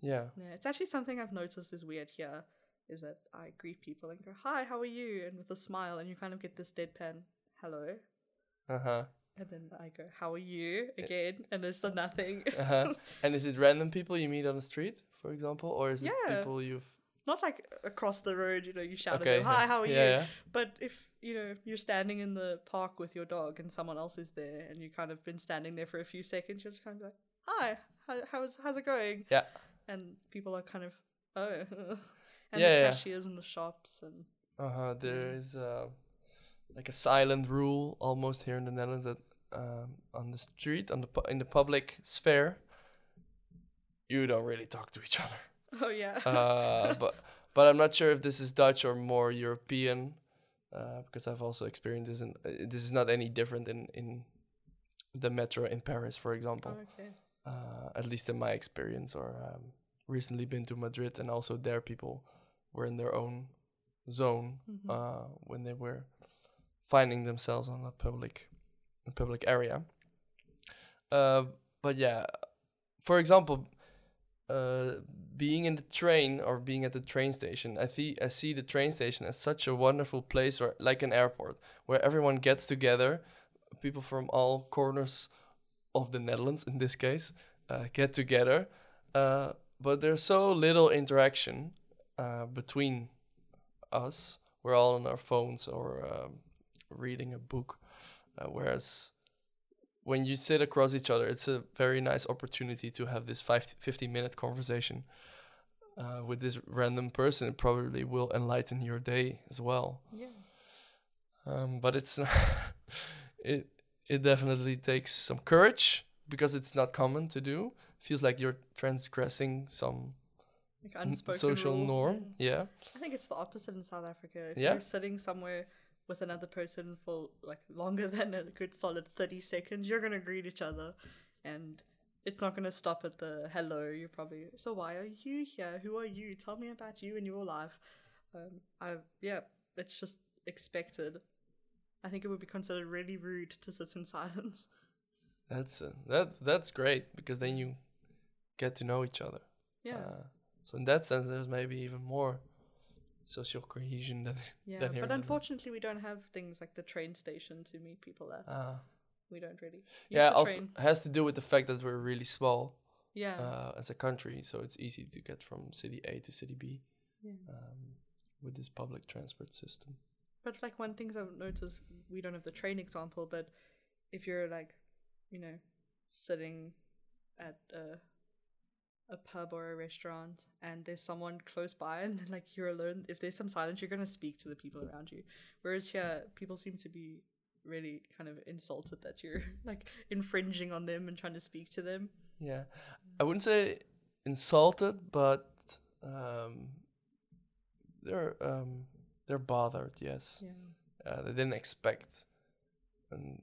A: Yeah.
B: Yeah, it's actually something I've noticed is weird here. Is that I greet people and go, "Hi, how are you?" and with a smile, and you kind of get this deadpan "Hello,"
A: Uh huh.
B: And then I go, How are you?
A: Eh.
B: again, and there's still nothing.
A: Uh huh. and is it random people you meet on the street, for example, or is it
B: Yeah.
A: people you've?
B: Not like across the road, you know, you shout
A: Okay,
B: at them, Hi,
A: yeah.
B: how are
A: Yeah,
B: you?
A: yeah.
B: But if, you know, you're standing in the park with your dog and someone else is there and you kind of been standing there for a few seconds, you're just kind of like, Hi, how, how's, how's it going?
A: Yeah.
B: And people are kind of, Oh. and
A: Yeah,
B: the
A: yeah.
B: cashiers in the shops and
A: Uh huh. There is uh, like a silent rule almost here in the Netherlands that um, on the street, on the pu- in the public sphere, you don't really talk to each other.
B: Oh, yeah.
A: Uh, but but I'm not sure if this is Dutch or more European, uh, because I've also experienced this. And uh, this is not any different in in the metro in Paris, for
B: Oh,
A: example.
B: okay.
A: uh, at least in my experience, or um, recently been to Madrid, and also there people were in their own zone
B: Mhm.
A: uh, when they were finding themselves on a public a public area. Uh, but yeah, for example, uh, being in the train or being at the train station, I see I see the train station as such a wonderful place, or like an airport where everyone gets together, people from all corners of the Netherlands in this case uh, get together. Uh, but there's so little interaction uh, between us. We're all on our phones or um, reading a book. Uh, whereas when you sit across each other, it's a very nice opportunity to have this five, 50 minute conversation uh, with this random person. It probably will enlighten your day as well.
B: Yeah.
A: Um, but it's it it definitely takes some courage because it's not common to do. Feels like you're transgressing some
B: Like
A: n-
B: unspoken
A: social
B: rule. Mm.
A: norm.
B: Yeah.
A: Yeah.
B: I think it's the opposite in South Africa. If
A: Yeah.
B: you're sitting somewhere with another person for like longer than a good solid 30 seconds, you're going to greet each other and it's not going to stop at the hello. You're probably, so why are you here? Who are you? Tell me about you and your life. Um, I, yeah, it's just expected. I think it would be considered really rude to sit in silence.
A: That's uh, that that's great because then you get to know each other.
B: Yeah.
A: Uh, so in that sense, there's maybe even more social cohesion than
B: yeah.
A: than here.
B: But
A: in the-
B: unfortunately, we don't have things like the train station to meet people at.
A: Ah.
B: we don't really. use
A: yeah,
B: the
A: also
B: train.
A: has to do with the fact that we're really small
B: Yeah.
A: uh, as a country, so it's easy to get from city A to city B
B: yeah.
A: um, with this public transport system.
B: But like one things I've noticed, we don't have the train example, but if you're like, you know, sitting at a a pub or a restaurant and there's someone close by and like you're alone, if there's some silence, you're gonna speak to the people around you. Whereas here, people seem to be really kind of insulted that you're like infringing on them and trying to speak to them.
A: Yeah, I wouldn't say insulted, but um, they're um, they're bothered. Yes.
B: Yeah.
A: uh, they didn't expect um,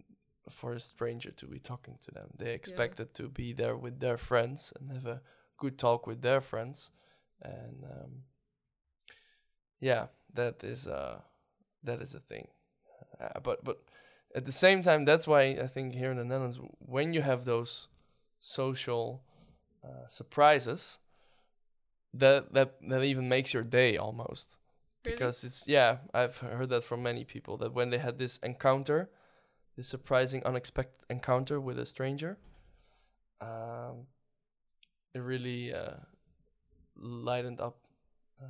A: for a stranger to be talking to them. They expected to be there with their friends and have a good talk with their friends, and um, yeah, that is uh, that is a thing. Uh, but but at the same time, that's why I think here in the Netherlands, w- when you have those social uh, surprises, that that that even makes your day almost
B: Really?
A: because it's yeah i've heard that from many people that when they had this encounter this surprising unexpected encounter with a stranger um, it really uh, lightened up uh,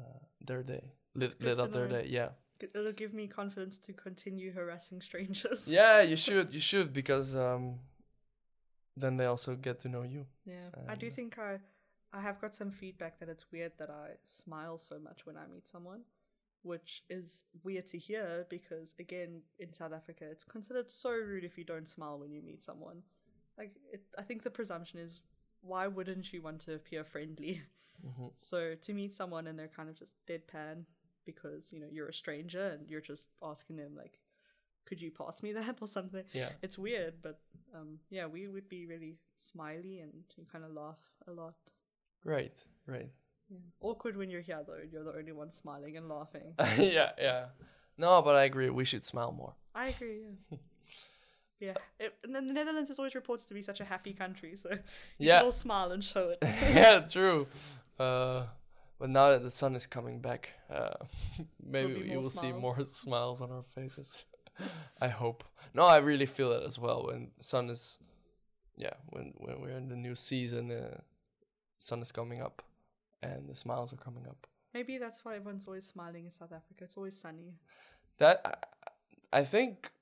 A: their day lit,
B: good
A: lit
B: to
A: up their
B: know.
A: day yeah
B: it'll give me confidence to continue harassing strangers.
A: yeah you should you should because um, then they also get to know you
B: Yeah, I do
A: Um,
B: think I, I have got some feedback that it's weird that I smile so much when I meet someone, which is weird to hear because again, in South Africa, it's considered so rude if you don't smile when you meet someone. Like, it, I think the presumption is, why wouldn't you want to appear friendly?
A: Mhm.
B: So to meet someone and they're kind of just deadpan because you know you're a stranger and you're just asking them like, could you pass me that or something?
A: yeah
B: it's weird, but um, yeah, we would be really smiley and you kind of laugh a lot.
A: right right
B: Yeah. Awkward when you're here though, and you're the only one smiling and laughing.
A: yeah yeah no but i agree we should smile more
B: I agree. Yeah. Yeah, it, and then the Netherlands is always reported to be such a happy country, so you
A: yeah
B: should all smile and show it.
A: yeah, true. Uh, but now that the sun is coming back, uh, maybe
B: be
A: we
B: more
A: will see
B: smiles.
A: more smiles on our faces. I hope. No, I really feel that as well. When sun is, yeah, when when we're in the new season, uh, sun is coming up, and the smiles are coming up.
B: Maybe that's why everyone's always smiling in South Africa. It's always sunny.
A: That I, I think.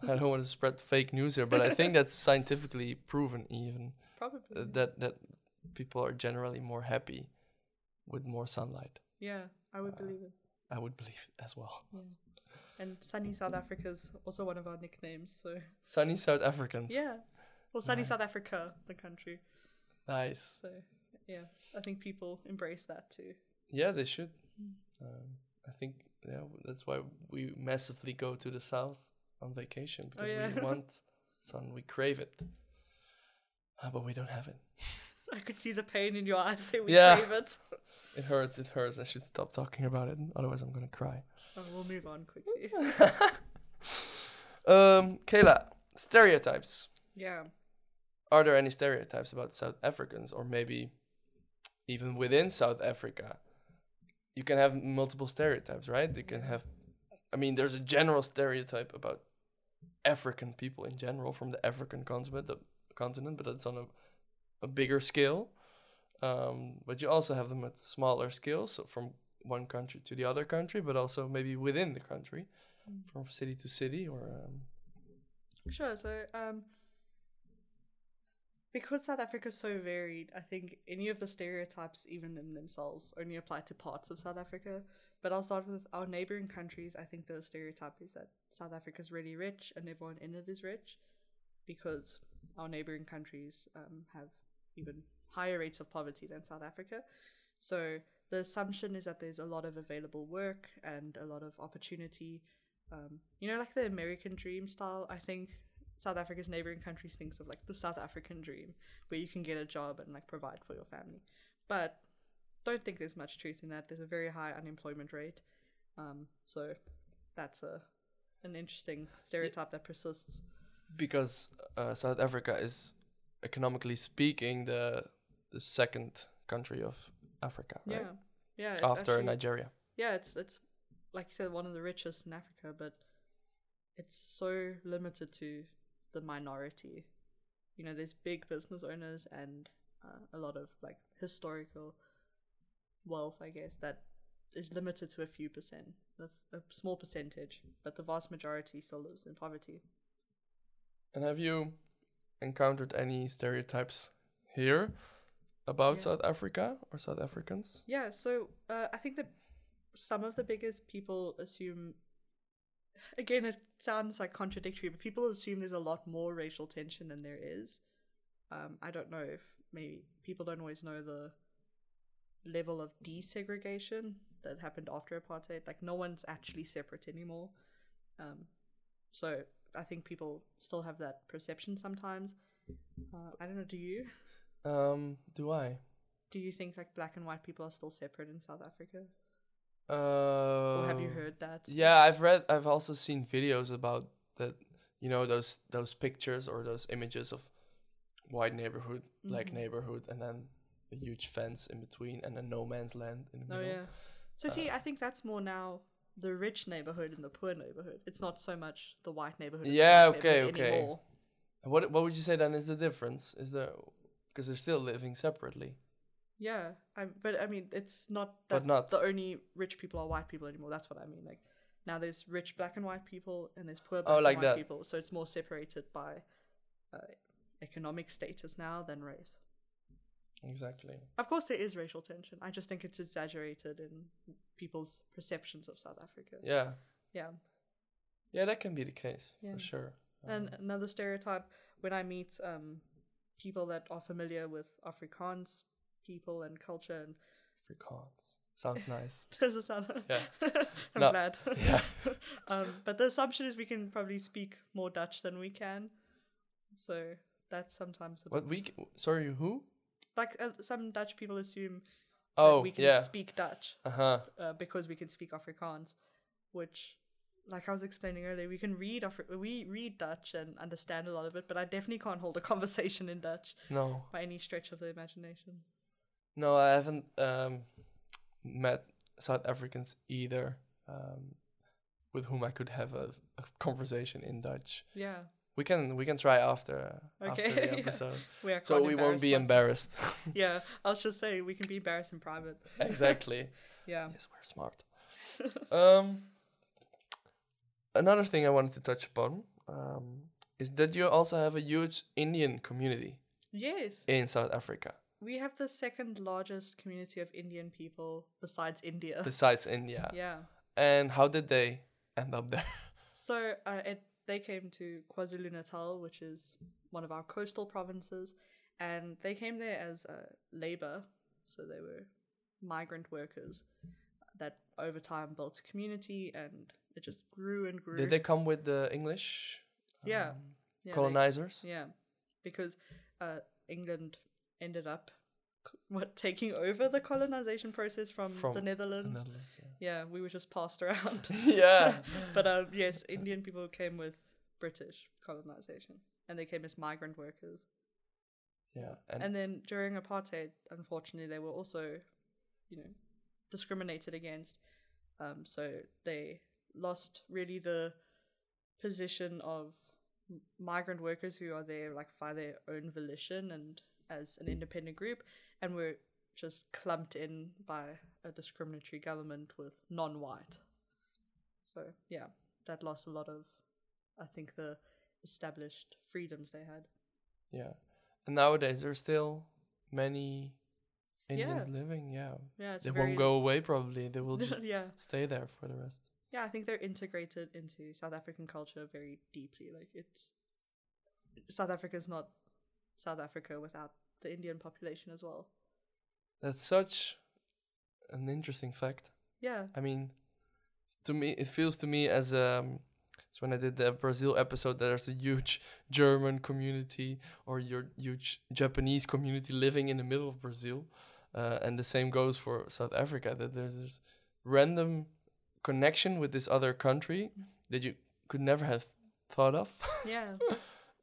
A: I don't want to spread fake news here, but I think that's scientifically proven. Even
B: Probably.
A: uh, that that people are generally more happy with more sunlight.
B: yeah, I would
A: uh,
B: believe it.
A: I would believe it as well.
B: Yeah. And sunny South Africa is also one of our nicknames. So
A: Sunny South Africans.
B: yeah, well, sunny
A: Nice.
B: South Africa, the country.
A: Nice.
B: So yeah, I think people embrace that too.
A: Yeah, they should. Um, I think yeah, w- that's why we massively go to the south on vacation because
B: yeah.
A: we want sun. We crave it. Ah, but we don't have it.
B: I could see the pain in your eyes. They would
A: Yeah.
B: crave it.
A: It hurts, it hurts. I should stop talking about it, otherwise I'm gonna cry.
B: Oh, we'll move on quickly.
A: Um, Kayla, stereotypes.
B: yeah.
A: Are there any stereotypes about South Africans, or maybe even within South Africa? You can have multiple stereotypes, right? You can have, I mean, there's a general stereotype about African people in general from the African continent, the continent, but that's on a, a bigger scale. Um, but you also have them at smaller scales, so from one country to the other country, but also maybe within the country, from city to city, or um,
B: Sure. So, um, because South Africa's so varied, I think any of the stereotypes, even in themselves, only apply to parts of South Africa. But I'll start with our neighboring countries. I think the stereotype is that South Africa's really rich and everyone in it is rich because our neighboring countries um, have even higher rates of poverty than South Africa. So the assumption is that there's a lot of available work and a lot of opportunity. Um, you know, like the American dream style, I think South Africa's neighboring countries thinks of like the South African dream, where you can get a job and like provide for your family. But don't think there's much truth in that. There's a very high unemployment rate. Um, so that's a an interesting stereotype that persists.
A: because uh, South Africa is economically speaking the the second country of Africa, right?
B: Yeah, yeah. It's
A: After
B: actually-
A: Nigeria.
B: yeah, it's it's like you said, one of the richest in Africa, but it's so limited to the minority. You know, there's big business owners and uh, a lot of like historical wealth, I guess, that is limited to a few percent, a, a small percentage, but the vast majority still lives in poverty.
A: And have you encountered any stereotypes here about
B: Yeah.
A: South Africa or South Africans?
B: Yeah, so uh, I think that some of the biggest people assume. Again, it sounds like contradictory, but people assume there's a lot more racial tension than there is. Um, I don't know if maybe people don't always know the level of desegregation that happened after apartheid. Like, no one's actually separate anymore. Um, so I think people still have that perception sometimes. Uh, I don't know. Do you?
A: Um, do I?
B: Do you think like black and white people are still separate in South Africa?
A: Uh,
B: Or have you heard that?
A: Um, Yeah, I've read. I've also seen videos about that. You know those those pictures or those images of white neighborhood, black
B: Mhm.
A: neighborhood, and then a huge fence in between, and a no man's land in the
B: Oh
A: middle.
B: yeah. So
A: Uh,
B: see, I think that's more now the rich neighborhood and the poor neighborhood. It's not so much the white neighborhood. and the
A: Yeah,
B: black
A: okay,
B: neighborhood
A: okay.
B: Anymore.
A: And What what would you say then is the difference? Is there because they're still living separately?
B: Yeah, I, but I mean, it's not
A: But
B: that
A: not-
B: the only rich people are white people anymore. That's what I mean. Like now, there's rich black and white people, and there's poor black
A: Oh, like
B: and white
A: that.
B: people. So it's more separated by uh, economic status now than race.
A: Exactly.
B: Of course, there is racial tension. I just think it's exaggerated in people's perceptions of South Africa.
A: Yeah.
B: yeah.
A: Yeah, that can be the case
B: Yeah.
A: for sure. Um,
B: And
A: Uh-huh.
B: another stereotype when I meet um, people that are familiar with Afrikaans people and culture, and
A: Afrikaans sounds nice.
B: does it sound?
A: Yeah.
B: I'm
A: No,
B: glad.
A: yeah.
B: um, but the assumption is we can probably speak more Dutch than we can, so that's sometimes a
A: What
B: bit-
A: we c- sorry who?
B: like uh, some Dutch people assume that
A: Oh
B: we can
A: yeah.
B: speak Dutch
A: Uh huh.
B: uh, because we can speak Afrikaans, which, like I was explaining earlier, we can read Afri- we read Dutch and understand a lot of it, but I definitely can't hold a conversation in Dutch
A: No,
B: by any stretch of the imagination.
A: no, I haven't um met South Africans either um with whom I could have a, a conversation in Dutch.
B: Yeah,
A: We can we can try after after
B: Okay,
A: the
B: yeah.
A: episode,
B: we are.
A: so
B: quite
A: we won't be
B: embarrassed
A: embarrassed.
B: by- Yeah, I was just saying we can be embarrassed in private.
A: exactly.
B: Yeah.
A: Yes, we're smart. um, another thing I wanted to touch upon um, is that you also have a huge Indian community
B: Yes,
A: in South Africa,
B: we have the second largest community of Indian people besides India.
A: besides India.
B: Yeah.
A: And how did they end up there?
B: So uh, it, they came to KwaZulu Natal, which is one of our coastal provinces, and they came there as uh, labor. So they were migrant workers that over time built a community and it just grew and grew.
A: did they come with the English
B: Yeah.
A: um,
B: Yeah, they-
A: colonizers?
B: Yeah, because uh, England ended up c- what taking over the colonization process from,
A: From
B: the Netherlands.
A: Netherlands,
B: yeah, we were just passed around.
A: yeah. yeah.
B: but um, yes, Indian people came with British colonization, and they came as migrant workers.
A: Yeah. And,
B: And then during apartheid, unfortunately, they were also, you know, discriminated against. Um, so they lost really the position of m- migrant workers who are there like by their own volition and as an independent group, and were just clumped in by a discriminatory government with non-white. So yeah, that lost a lot of, I think, the established freedoms they had.
A: yeah. And nowadays there's still many Indians
B: Yeah.
A: living. Yeah.
B: Yeah, it's
A: they
B: a very,
A: won't go away probably. They will just
B: yeah.
A: stay there for the rest.
B: Yeah, I think they're integrated into South African culture very deeply. Like it's South Africa's not South Africa without the Indian population as well.
A: That's such an interesting fact.
B: Yeah.
A: I mean, to me, it feels to me as um, it's when I did the Brazil episode that there's a huge German community or your huge Japanese community living in the middle of Brazil, uh, and the same goes for South Africa. That there's this random connection with this other country that you could never have thought of.
B: Yeah.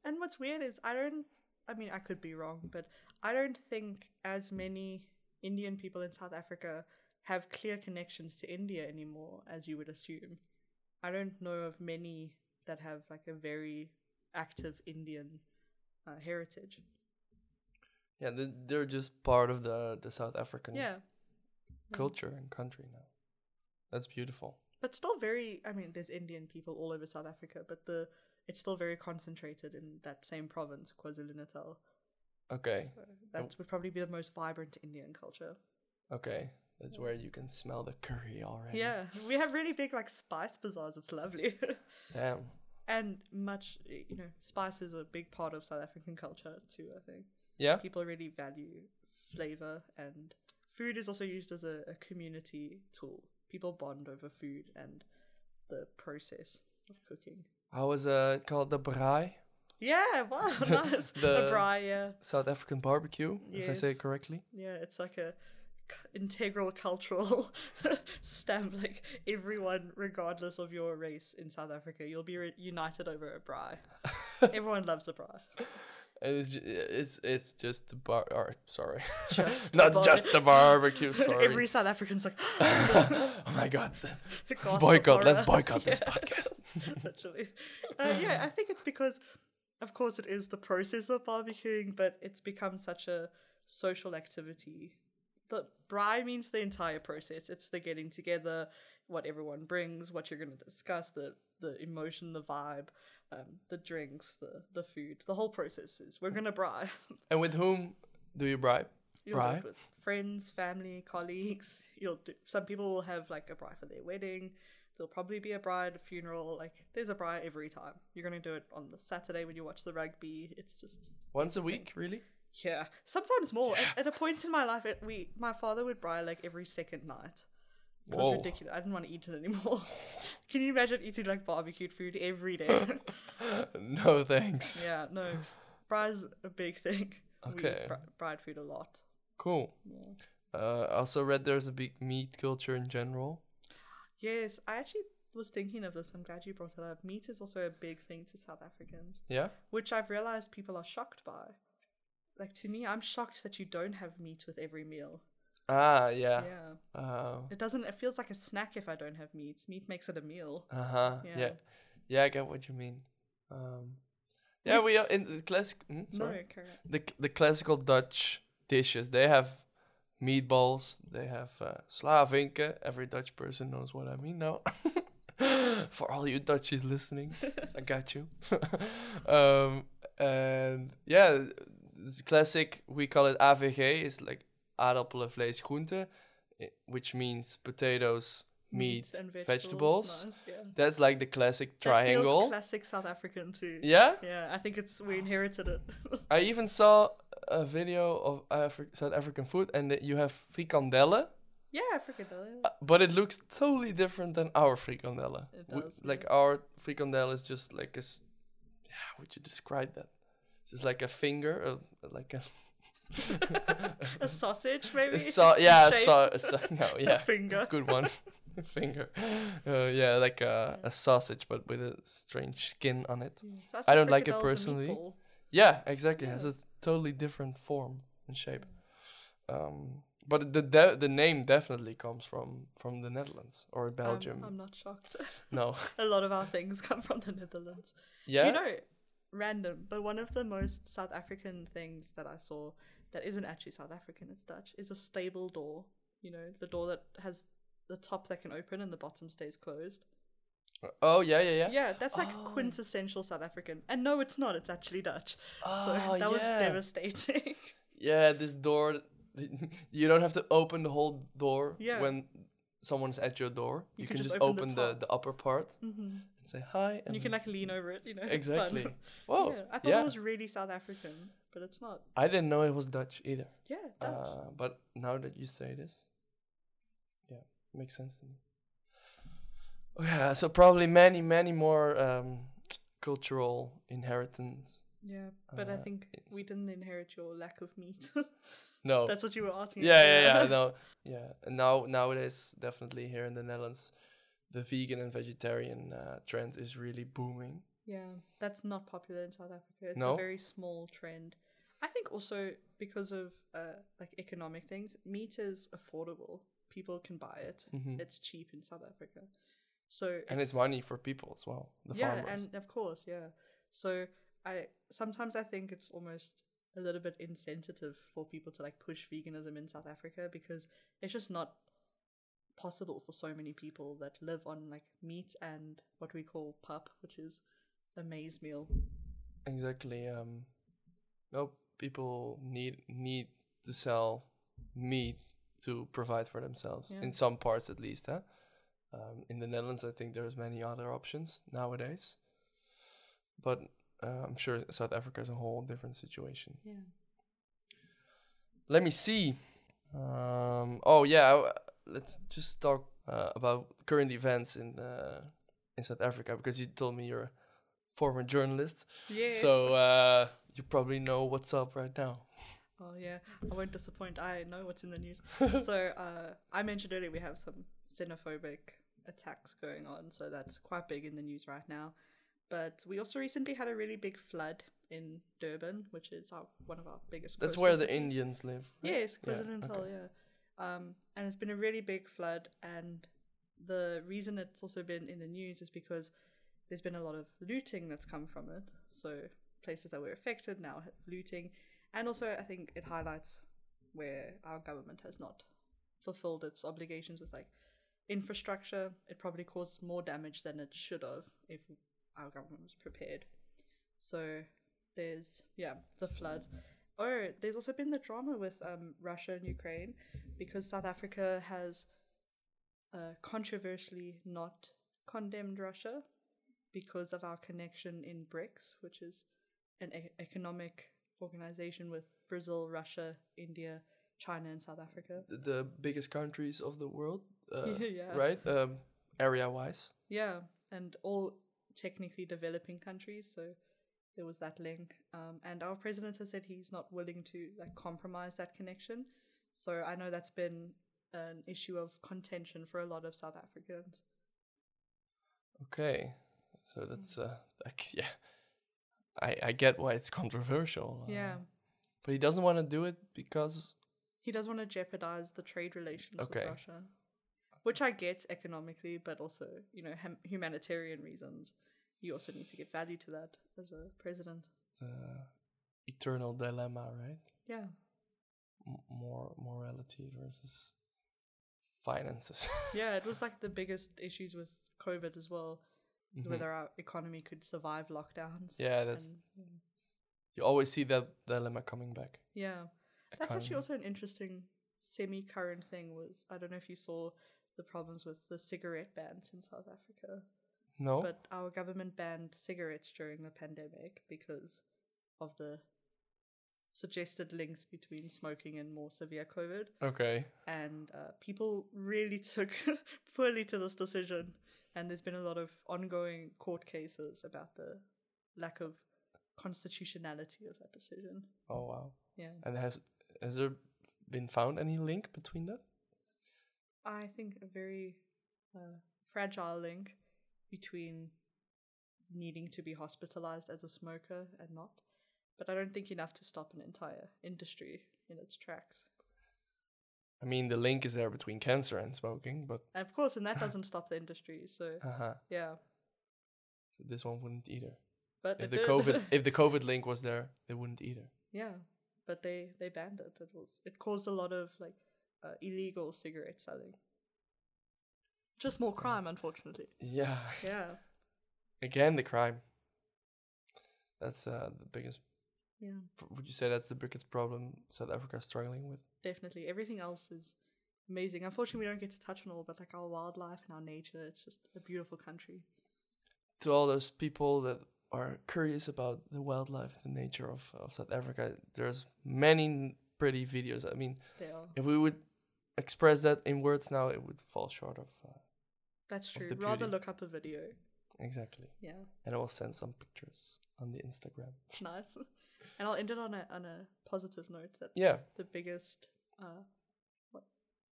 B: and what's weird is I don't I mean I could be wrong, but I don't think as many Indian people in South Africa have clear connections to India anymore as you would assume. I don't know of many that have like a very active Indian uh, heritage.
A: yeah, they- they're just part of the the South African
B: Yeah. Mm-hmm.
A: culture and country now. That's beautiful.
B: but still very i mean there's indian people all over south africa but the it's still very concentrated in that same province kwazulu-natal
A: Okay.
B: so that would probably be the most vibrant indian culture
A: Okay, that's where you can smell the curry already.
B: yeah we have really big like spice bazaars it's lovely
A: Damn.
B: and much you know spice is a big part of south african culture too i think
A: Yeah.
B: people really value flavor and food is also used as a, a community tool people bond over food and the process of cooking
A: How is uh called the braai?
B: Yeah, wow, nice. the,
A: the-
B: braai, yeah.
A: South African barbecue, if I say it
B: Yes.
A: correctly.
B: Yeah, it's like a c- integral cultural stamp. Like everyone, regardless of your race in South Africa, you'll be re- united over a braai. everyone loves a braai.
A: And it's ju- it's it's just the bar. Or, sorry,
B: Just
A: not
B: bar-
A: just the barbecue. Sorry.
B: Every South African's like,
A: oh my god.
B: gasp of
A: boycott. Let's
B: horror.
A: boycott this
B: Yeah.
A: podcast.
B: literally. Uh, yeah, I think it's because, of course, it is the process of barbecuing, but it's become such a social activity. The braai means the entire process. It's the getting together, what everyone brings, what you're going to discuss, the the emotion, the vibe, um, the drinks, the the food, the whole process is we're going to braai.
A: And with whom do you bribe?
B: You'll work
A: Braai?
B: with friends, family, colleagues. You'll do, some people will have like a bride for their wedding. There'll probably be a bride, a funeral. Like there's a bride every time. You're gonna do it on the Saturday when you watch the rugby. It's just
A: Once a week, really?
B: yeah, sometimes more. At, at a point in my life, it, we my father would bride like every second night. It
A: Whoa.
B: was ridiculous. I didn't want to eat it anymore. Can you imagine eating like barbecued food every day?
A: No thanks.
B: yeah, no, bride's a big thing.
A: Okay.
B: we bri- bride food a lot.
A: Cool. Uh, I also read there's a big meat culture in general.
B: Yes, I actually was thinking of this. I'm glad you brought it up. Meat is also a big thing to South Africans,
A: Yeah.
B: which I've realized people are shocked by. Like to me, I'm shocked that you don't have meat with every meal.
A: Ah, yeah.
B: Yeah.
A: Oh.
B: It doesn't it feels like a snack if I don't have meat. Meat makes it a meal.
A: Uh huh. Yeah. yeah.
B: Yeah.
A: I get what you mean. Um, yeah, we are in the classic. Mm,
B: No,
A: sorry.
B: correct.
A: The the classical Dutch dishes. They have meatballs. They have uh, slavinke. Every Dutch person knows what I mean now. For all you Dutchies listening, I got you. um, and yeah, this classic. We call it AVG. It's like aardappelen, vlees, groente, i- which means potatoes, meat,
B: and
A: vegetables.
B: nice, yeah.
A: That's like the classic
B: That feels
A: triangle.
B: classic South African too.
A: yeah,
B: Yeah, I think it's we inherited it.
A: I even saw a video of Afri- South African food, and that you have frikandellen,
B: yeah, frikadelle.
A: uh, but it looks totally different than our frikandellen.
B: It does,
A: like our frikandelle is just like a. s- Yeah, how would you describe that? just like a finger, uh, like a
B: a sausage, maybe.
A: a saw. Yeah, a
B: Shape.
A: saw. A saw no, yeah,
B: finger.
A: good one. finger. Uh, yeah, like a, a sausage, but with a strange skin on it.
B: Yeah. So
A: I don't like it
B: frikadelle's a
A: personally.
B: meatball.
A: Yeah, exactly. It has
B: Yeah.
A: a totally different form and shape. Um, but the de- the name definitely comes from from the Netherlands or
B: I'm-
A: Belgium.
B: Um, I'm, not shocked.
A: No.
B: a lot of our things come from the Netherlands.
A: Yeah.
B: Do you know, random, but one of the most South African things that I saw that isn't actually South African, it's Dutch, is a stable door. You know, the door that has the top that can open and the bottom stays closed.
A: Oh yeah, yeah, yeah.
B: Yeah, that's like
A: Oh.
B: quintessential South African. And no, it's not. It's actually Dutch. so
A: Oh,
B: that was
A: yeah.
B: devastating.
A: Yeah, this door. you don't have to open the whole door
B: Yeah.
A: when someone's at your door. You, can, just, open, the, the,
B: top.
A: upper part
B: hmm
A: and say hi. And
B: You can like lean over it, you know. it's fun.
A: exactly. Whoa.
B: yeah, I thought
A: yeah.
B: it was really South African, but it's not.
A: I didn't know it was Dutch either.
B: Yeah, Dutch.
A: Uh, but now that you say this, yeah, makes sense to me. Oh, yeah, so probably many, many more um, cultural inheritance.
B: yeah, but I
A: uh,
B: think we didn't inherit your lack of meat.
A: No.
B: That's what you were asking.
A: Oh. yeah, yeah, yeah. No, yeah. And now nowadays, definitely here in the Netherlands, the vegan and vegetarian uh, trend is really booming.
B: Yeah, that's not popular in South Africa. It's
A: No?
B: a very small trend. I think also because of uh, like economic things, meat is affordable. People can buy it.
A: Mhm.
B: It's cheap in South Africa. So
A: and it's money for people as well, the
B: yeah,
A: farmers.
B: and of course, yeah. So I sometimes I think it's almost a little bit insensitive for people to like push veganism in South Africa because it's just not possible for so many people that live on like meat and what we call pup, which is a maize meal.
A: exactly. Um, no, people need need to sell meat to provide for themselves
B: Yeah.
A: in some parts, at least. Huh? Um, in the Netherlands, I think there's many other options nowadays, but uh, I'm sure South Africa is a whole different situation.
B: Yeah.
A: Let me see. Um, oh yeah, I- let's just talk uh, about current events in uh, in South Africa because you told me you're a former journalist,
B: Yes.
A: so uh, you probably know what's up right now.
B: Oh yeah, I won't disappoint. I know what's in the news. so uh, I mentioned earlier we have some xenophobic attacks going on, so that's quite big in the news right now. But we also recently had a really big flood in Durban, which is our, one of our biggest.
A: That's
B: coastal
A: where the
B: cities.
A: Indians live. right?
B: Yes,
A: Yeah,
B: coincidental,
A: okay.
B: yeah. Um, and it's been a really big flood, and the reason it's also been in the news is because there's been a lot of looting that's come from it. So places that were affected now have looting, and also I think it highlights where our government has not fulfilled its obligations with like infrastructure. It probably caused more damage than it should have if our government was prepared. So there's yeah the floods. Oh, there's also been the drama with um, Russia and Ukraine because South Africa has uh, controversially not condemned Russia because of our connection in BRICS, which is an e- economic organization with Brazil, Russia, India, China, and South Africa.
A: The, the biggest countries of the world, uh,
B: Yeah.
A: right? Um, area wise.
B: Yeah, and all technically developing countries. So there was that link. Um, and our president has said he's not willing to like compromise that connection. So I know that's been an issue of contention for a lot of South Africans.
A: Okay, so that's
B: Mm.
A: uh, like, yeah. I, I get why it's controversial. uh,
B: Yeah,
A: But he doesn't want to do it because
B: he does want to jeopardize the trade relations
A: Okay.
B: with Russia, which I get economically, but also you know hum- humanitarian reasons. You also need to give value to that as a president.
A: the eternal dilemma, right?
B: Yeah.
A: M- more morality versus finances.
B: yeah, it was like the biggest issues with COVID as well, whether our economy could survive lockdowns.
A: Mm-hmm. yeah, that's
B: and-
A: you always see that dilemma coming back.
B: yeah. That's
A: Economy.
B: actually also an interesting semi-current thing. Was I don't know if you saw the problems with the cigarette bans in South Africa,
A: No,
B: but our government banned cigarettes during the pandemic because of the suggested links between smoking and more severe COVID.
A: okay,
B: and uh, people really took poorly to this decision. And there's been a lot of ongoing court cases about the lack of constitutionality of that decision.
A: Oh wow.
B: Yeah.
A: And has has there been found any link between that?
B: I think a very uh, fragile link between needing to be hospitalized as a smoker and not, but I don't think enough to stop an entire industry in its tracks.
A: I mean, the link is there between cancer and smoking, but
B: And of course, and that doesn't stop the industry. So
A: uh-huh.
B: yeah,
A: so this one wouldn't either.
B: but
A: If
B: it
A: the
B: did.
A: COVID if the COVID link was there, they wouldn't either.
B: yeah, but they they banned it. It was it caused a lot of like uh, illegal cigarette selling. Just more crime, unfortunately.
A: Mm. Yeah.
B: Yeah,
A: Again, the crime. That's uh, the biggest.
B: yeah,
A: pr- Would you say that's the biggest problem South Africa is struggling with?
B: definitely. Everything else is amazing. Unfortunately, we don't get to touch on all, but like our wildlife and our nature, it's just a beautiful country.
A: To all those people that are curious about the wildlife and the nature of, of South Africa, there's many n- pretty videos. I mean,
B: They are.
A: if we would express that in words now, it would fall short of uh,
B: That's
A: Of
B: true.
A: the
B: Rather
A: beauty.
B: look up a video.
A: exactly.
B: Yeah,
A: And I will send some pictures on the Instagram.
B: nice. And I'll end it on a on a positive note that
A: Yeah,
B: the biggest uh, what,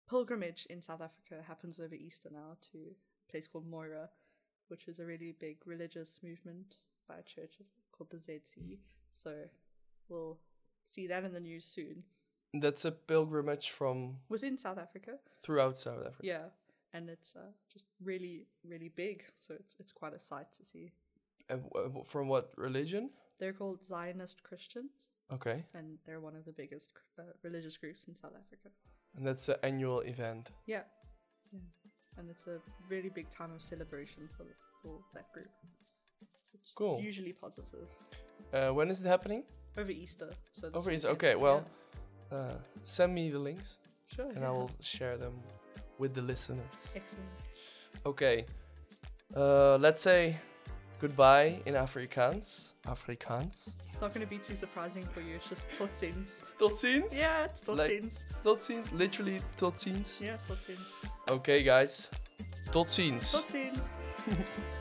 B: pilgrimage in South Africa happens over Easter now to a place called Moira, which is a really big religious movement by a church called the ZC. So we'll see that in the news soon
A: that's a pilgrimage from
B: within South Africa.
A: throughout South Africa.
B: Yeah, and it's uh, just really really big, so it's it's quite a sight to see.
A: And w- w- from what religion?
B: They're called Zionist Christians,
A: Okay,
B: and they're one of the biggest uh, religious groups in South Africa.
A: and that's an annual event.
B: Yeah. yeah. And it's a really big time of celebration for for that group. It's
A: Cool.
B: Usually positive.
A: Uh, when is it happening?
B: Over Easter. So this
A: Over Easter.
B: weekend.
A: Okay, well,
B: Yeah.
A: uh, send me the links
B: Sure.
A: and
B: yeah.
A: I will share them with the listeners.
B: Excellent.
A: Okay, uh, let's say goodbye in Afrikaans. Afrikaans.
B: It's not going to be too surprising for you. It's just tot ziens.
A: Tot ziens.
B: Yeah, it's tot
A: Like-
B: ziens.
A: Tot ziens. Literally tot ziens.
B: Yeah, tot ziens.
A: Okay, guys. Tot ziens.
B: Tot ziens.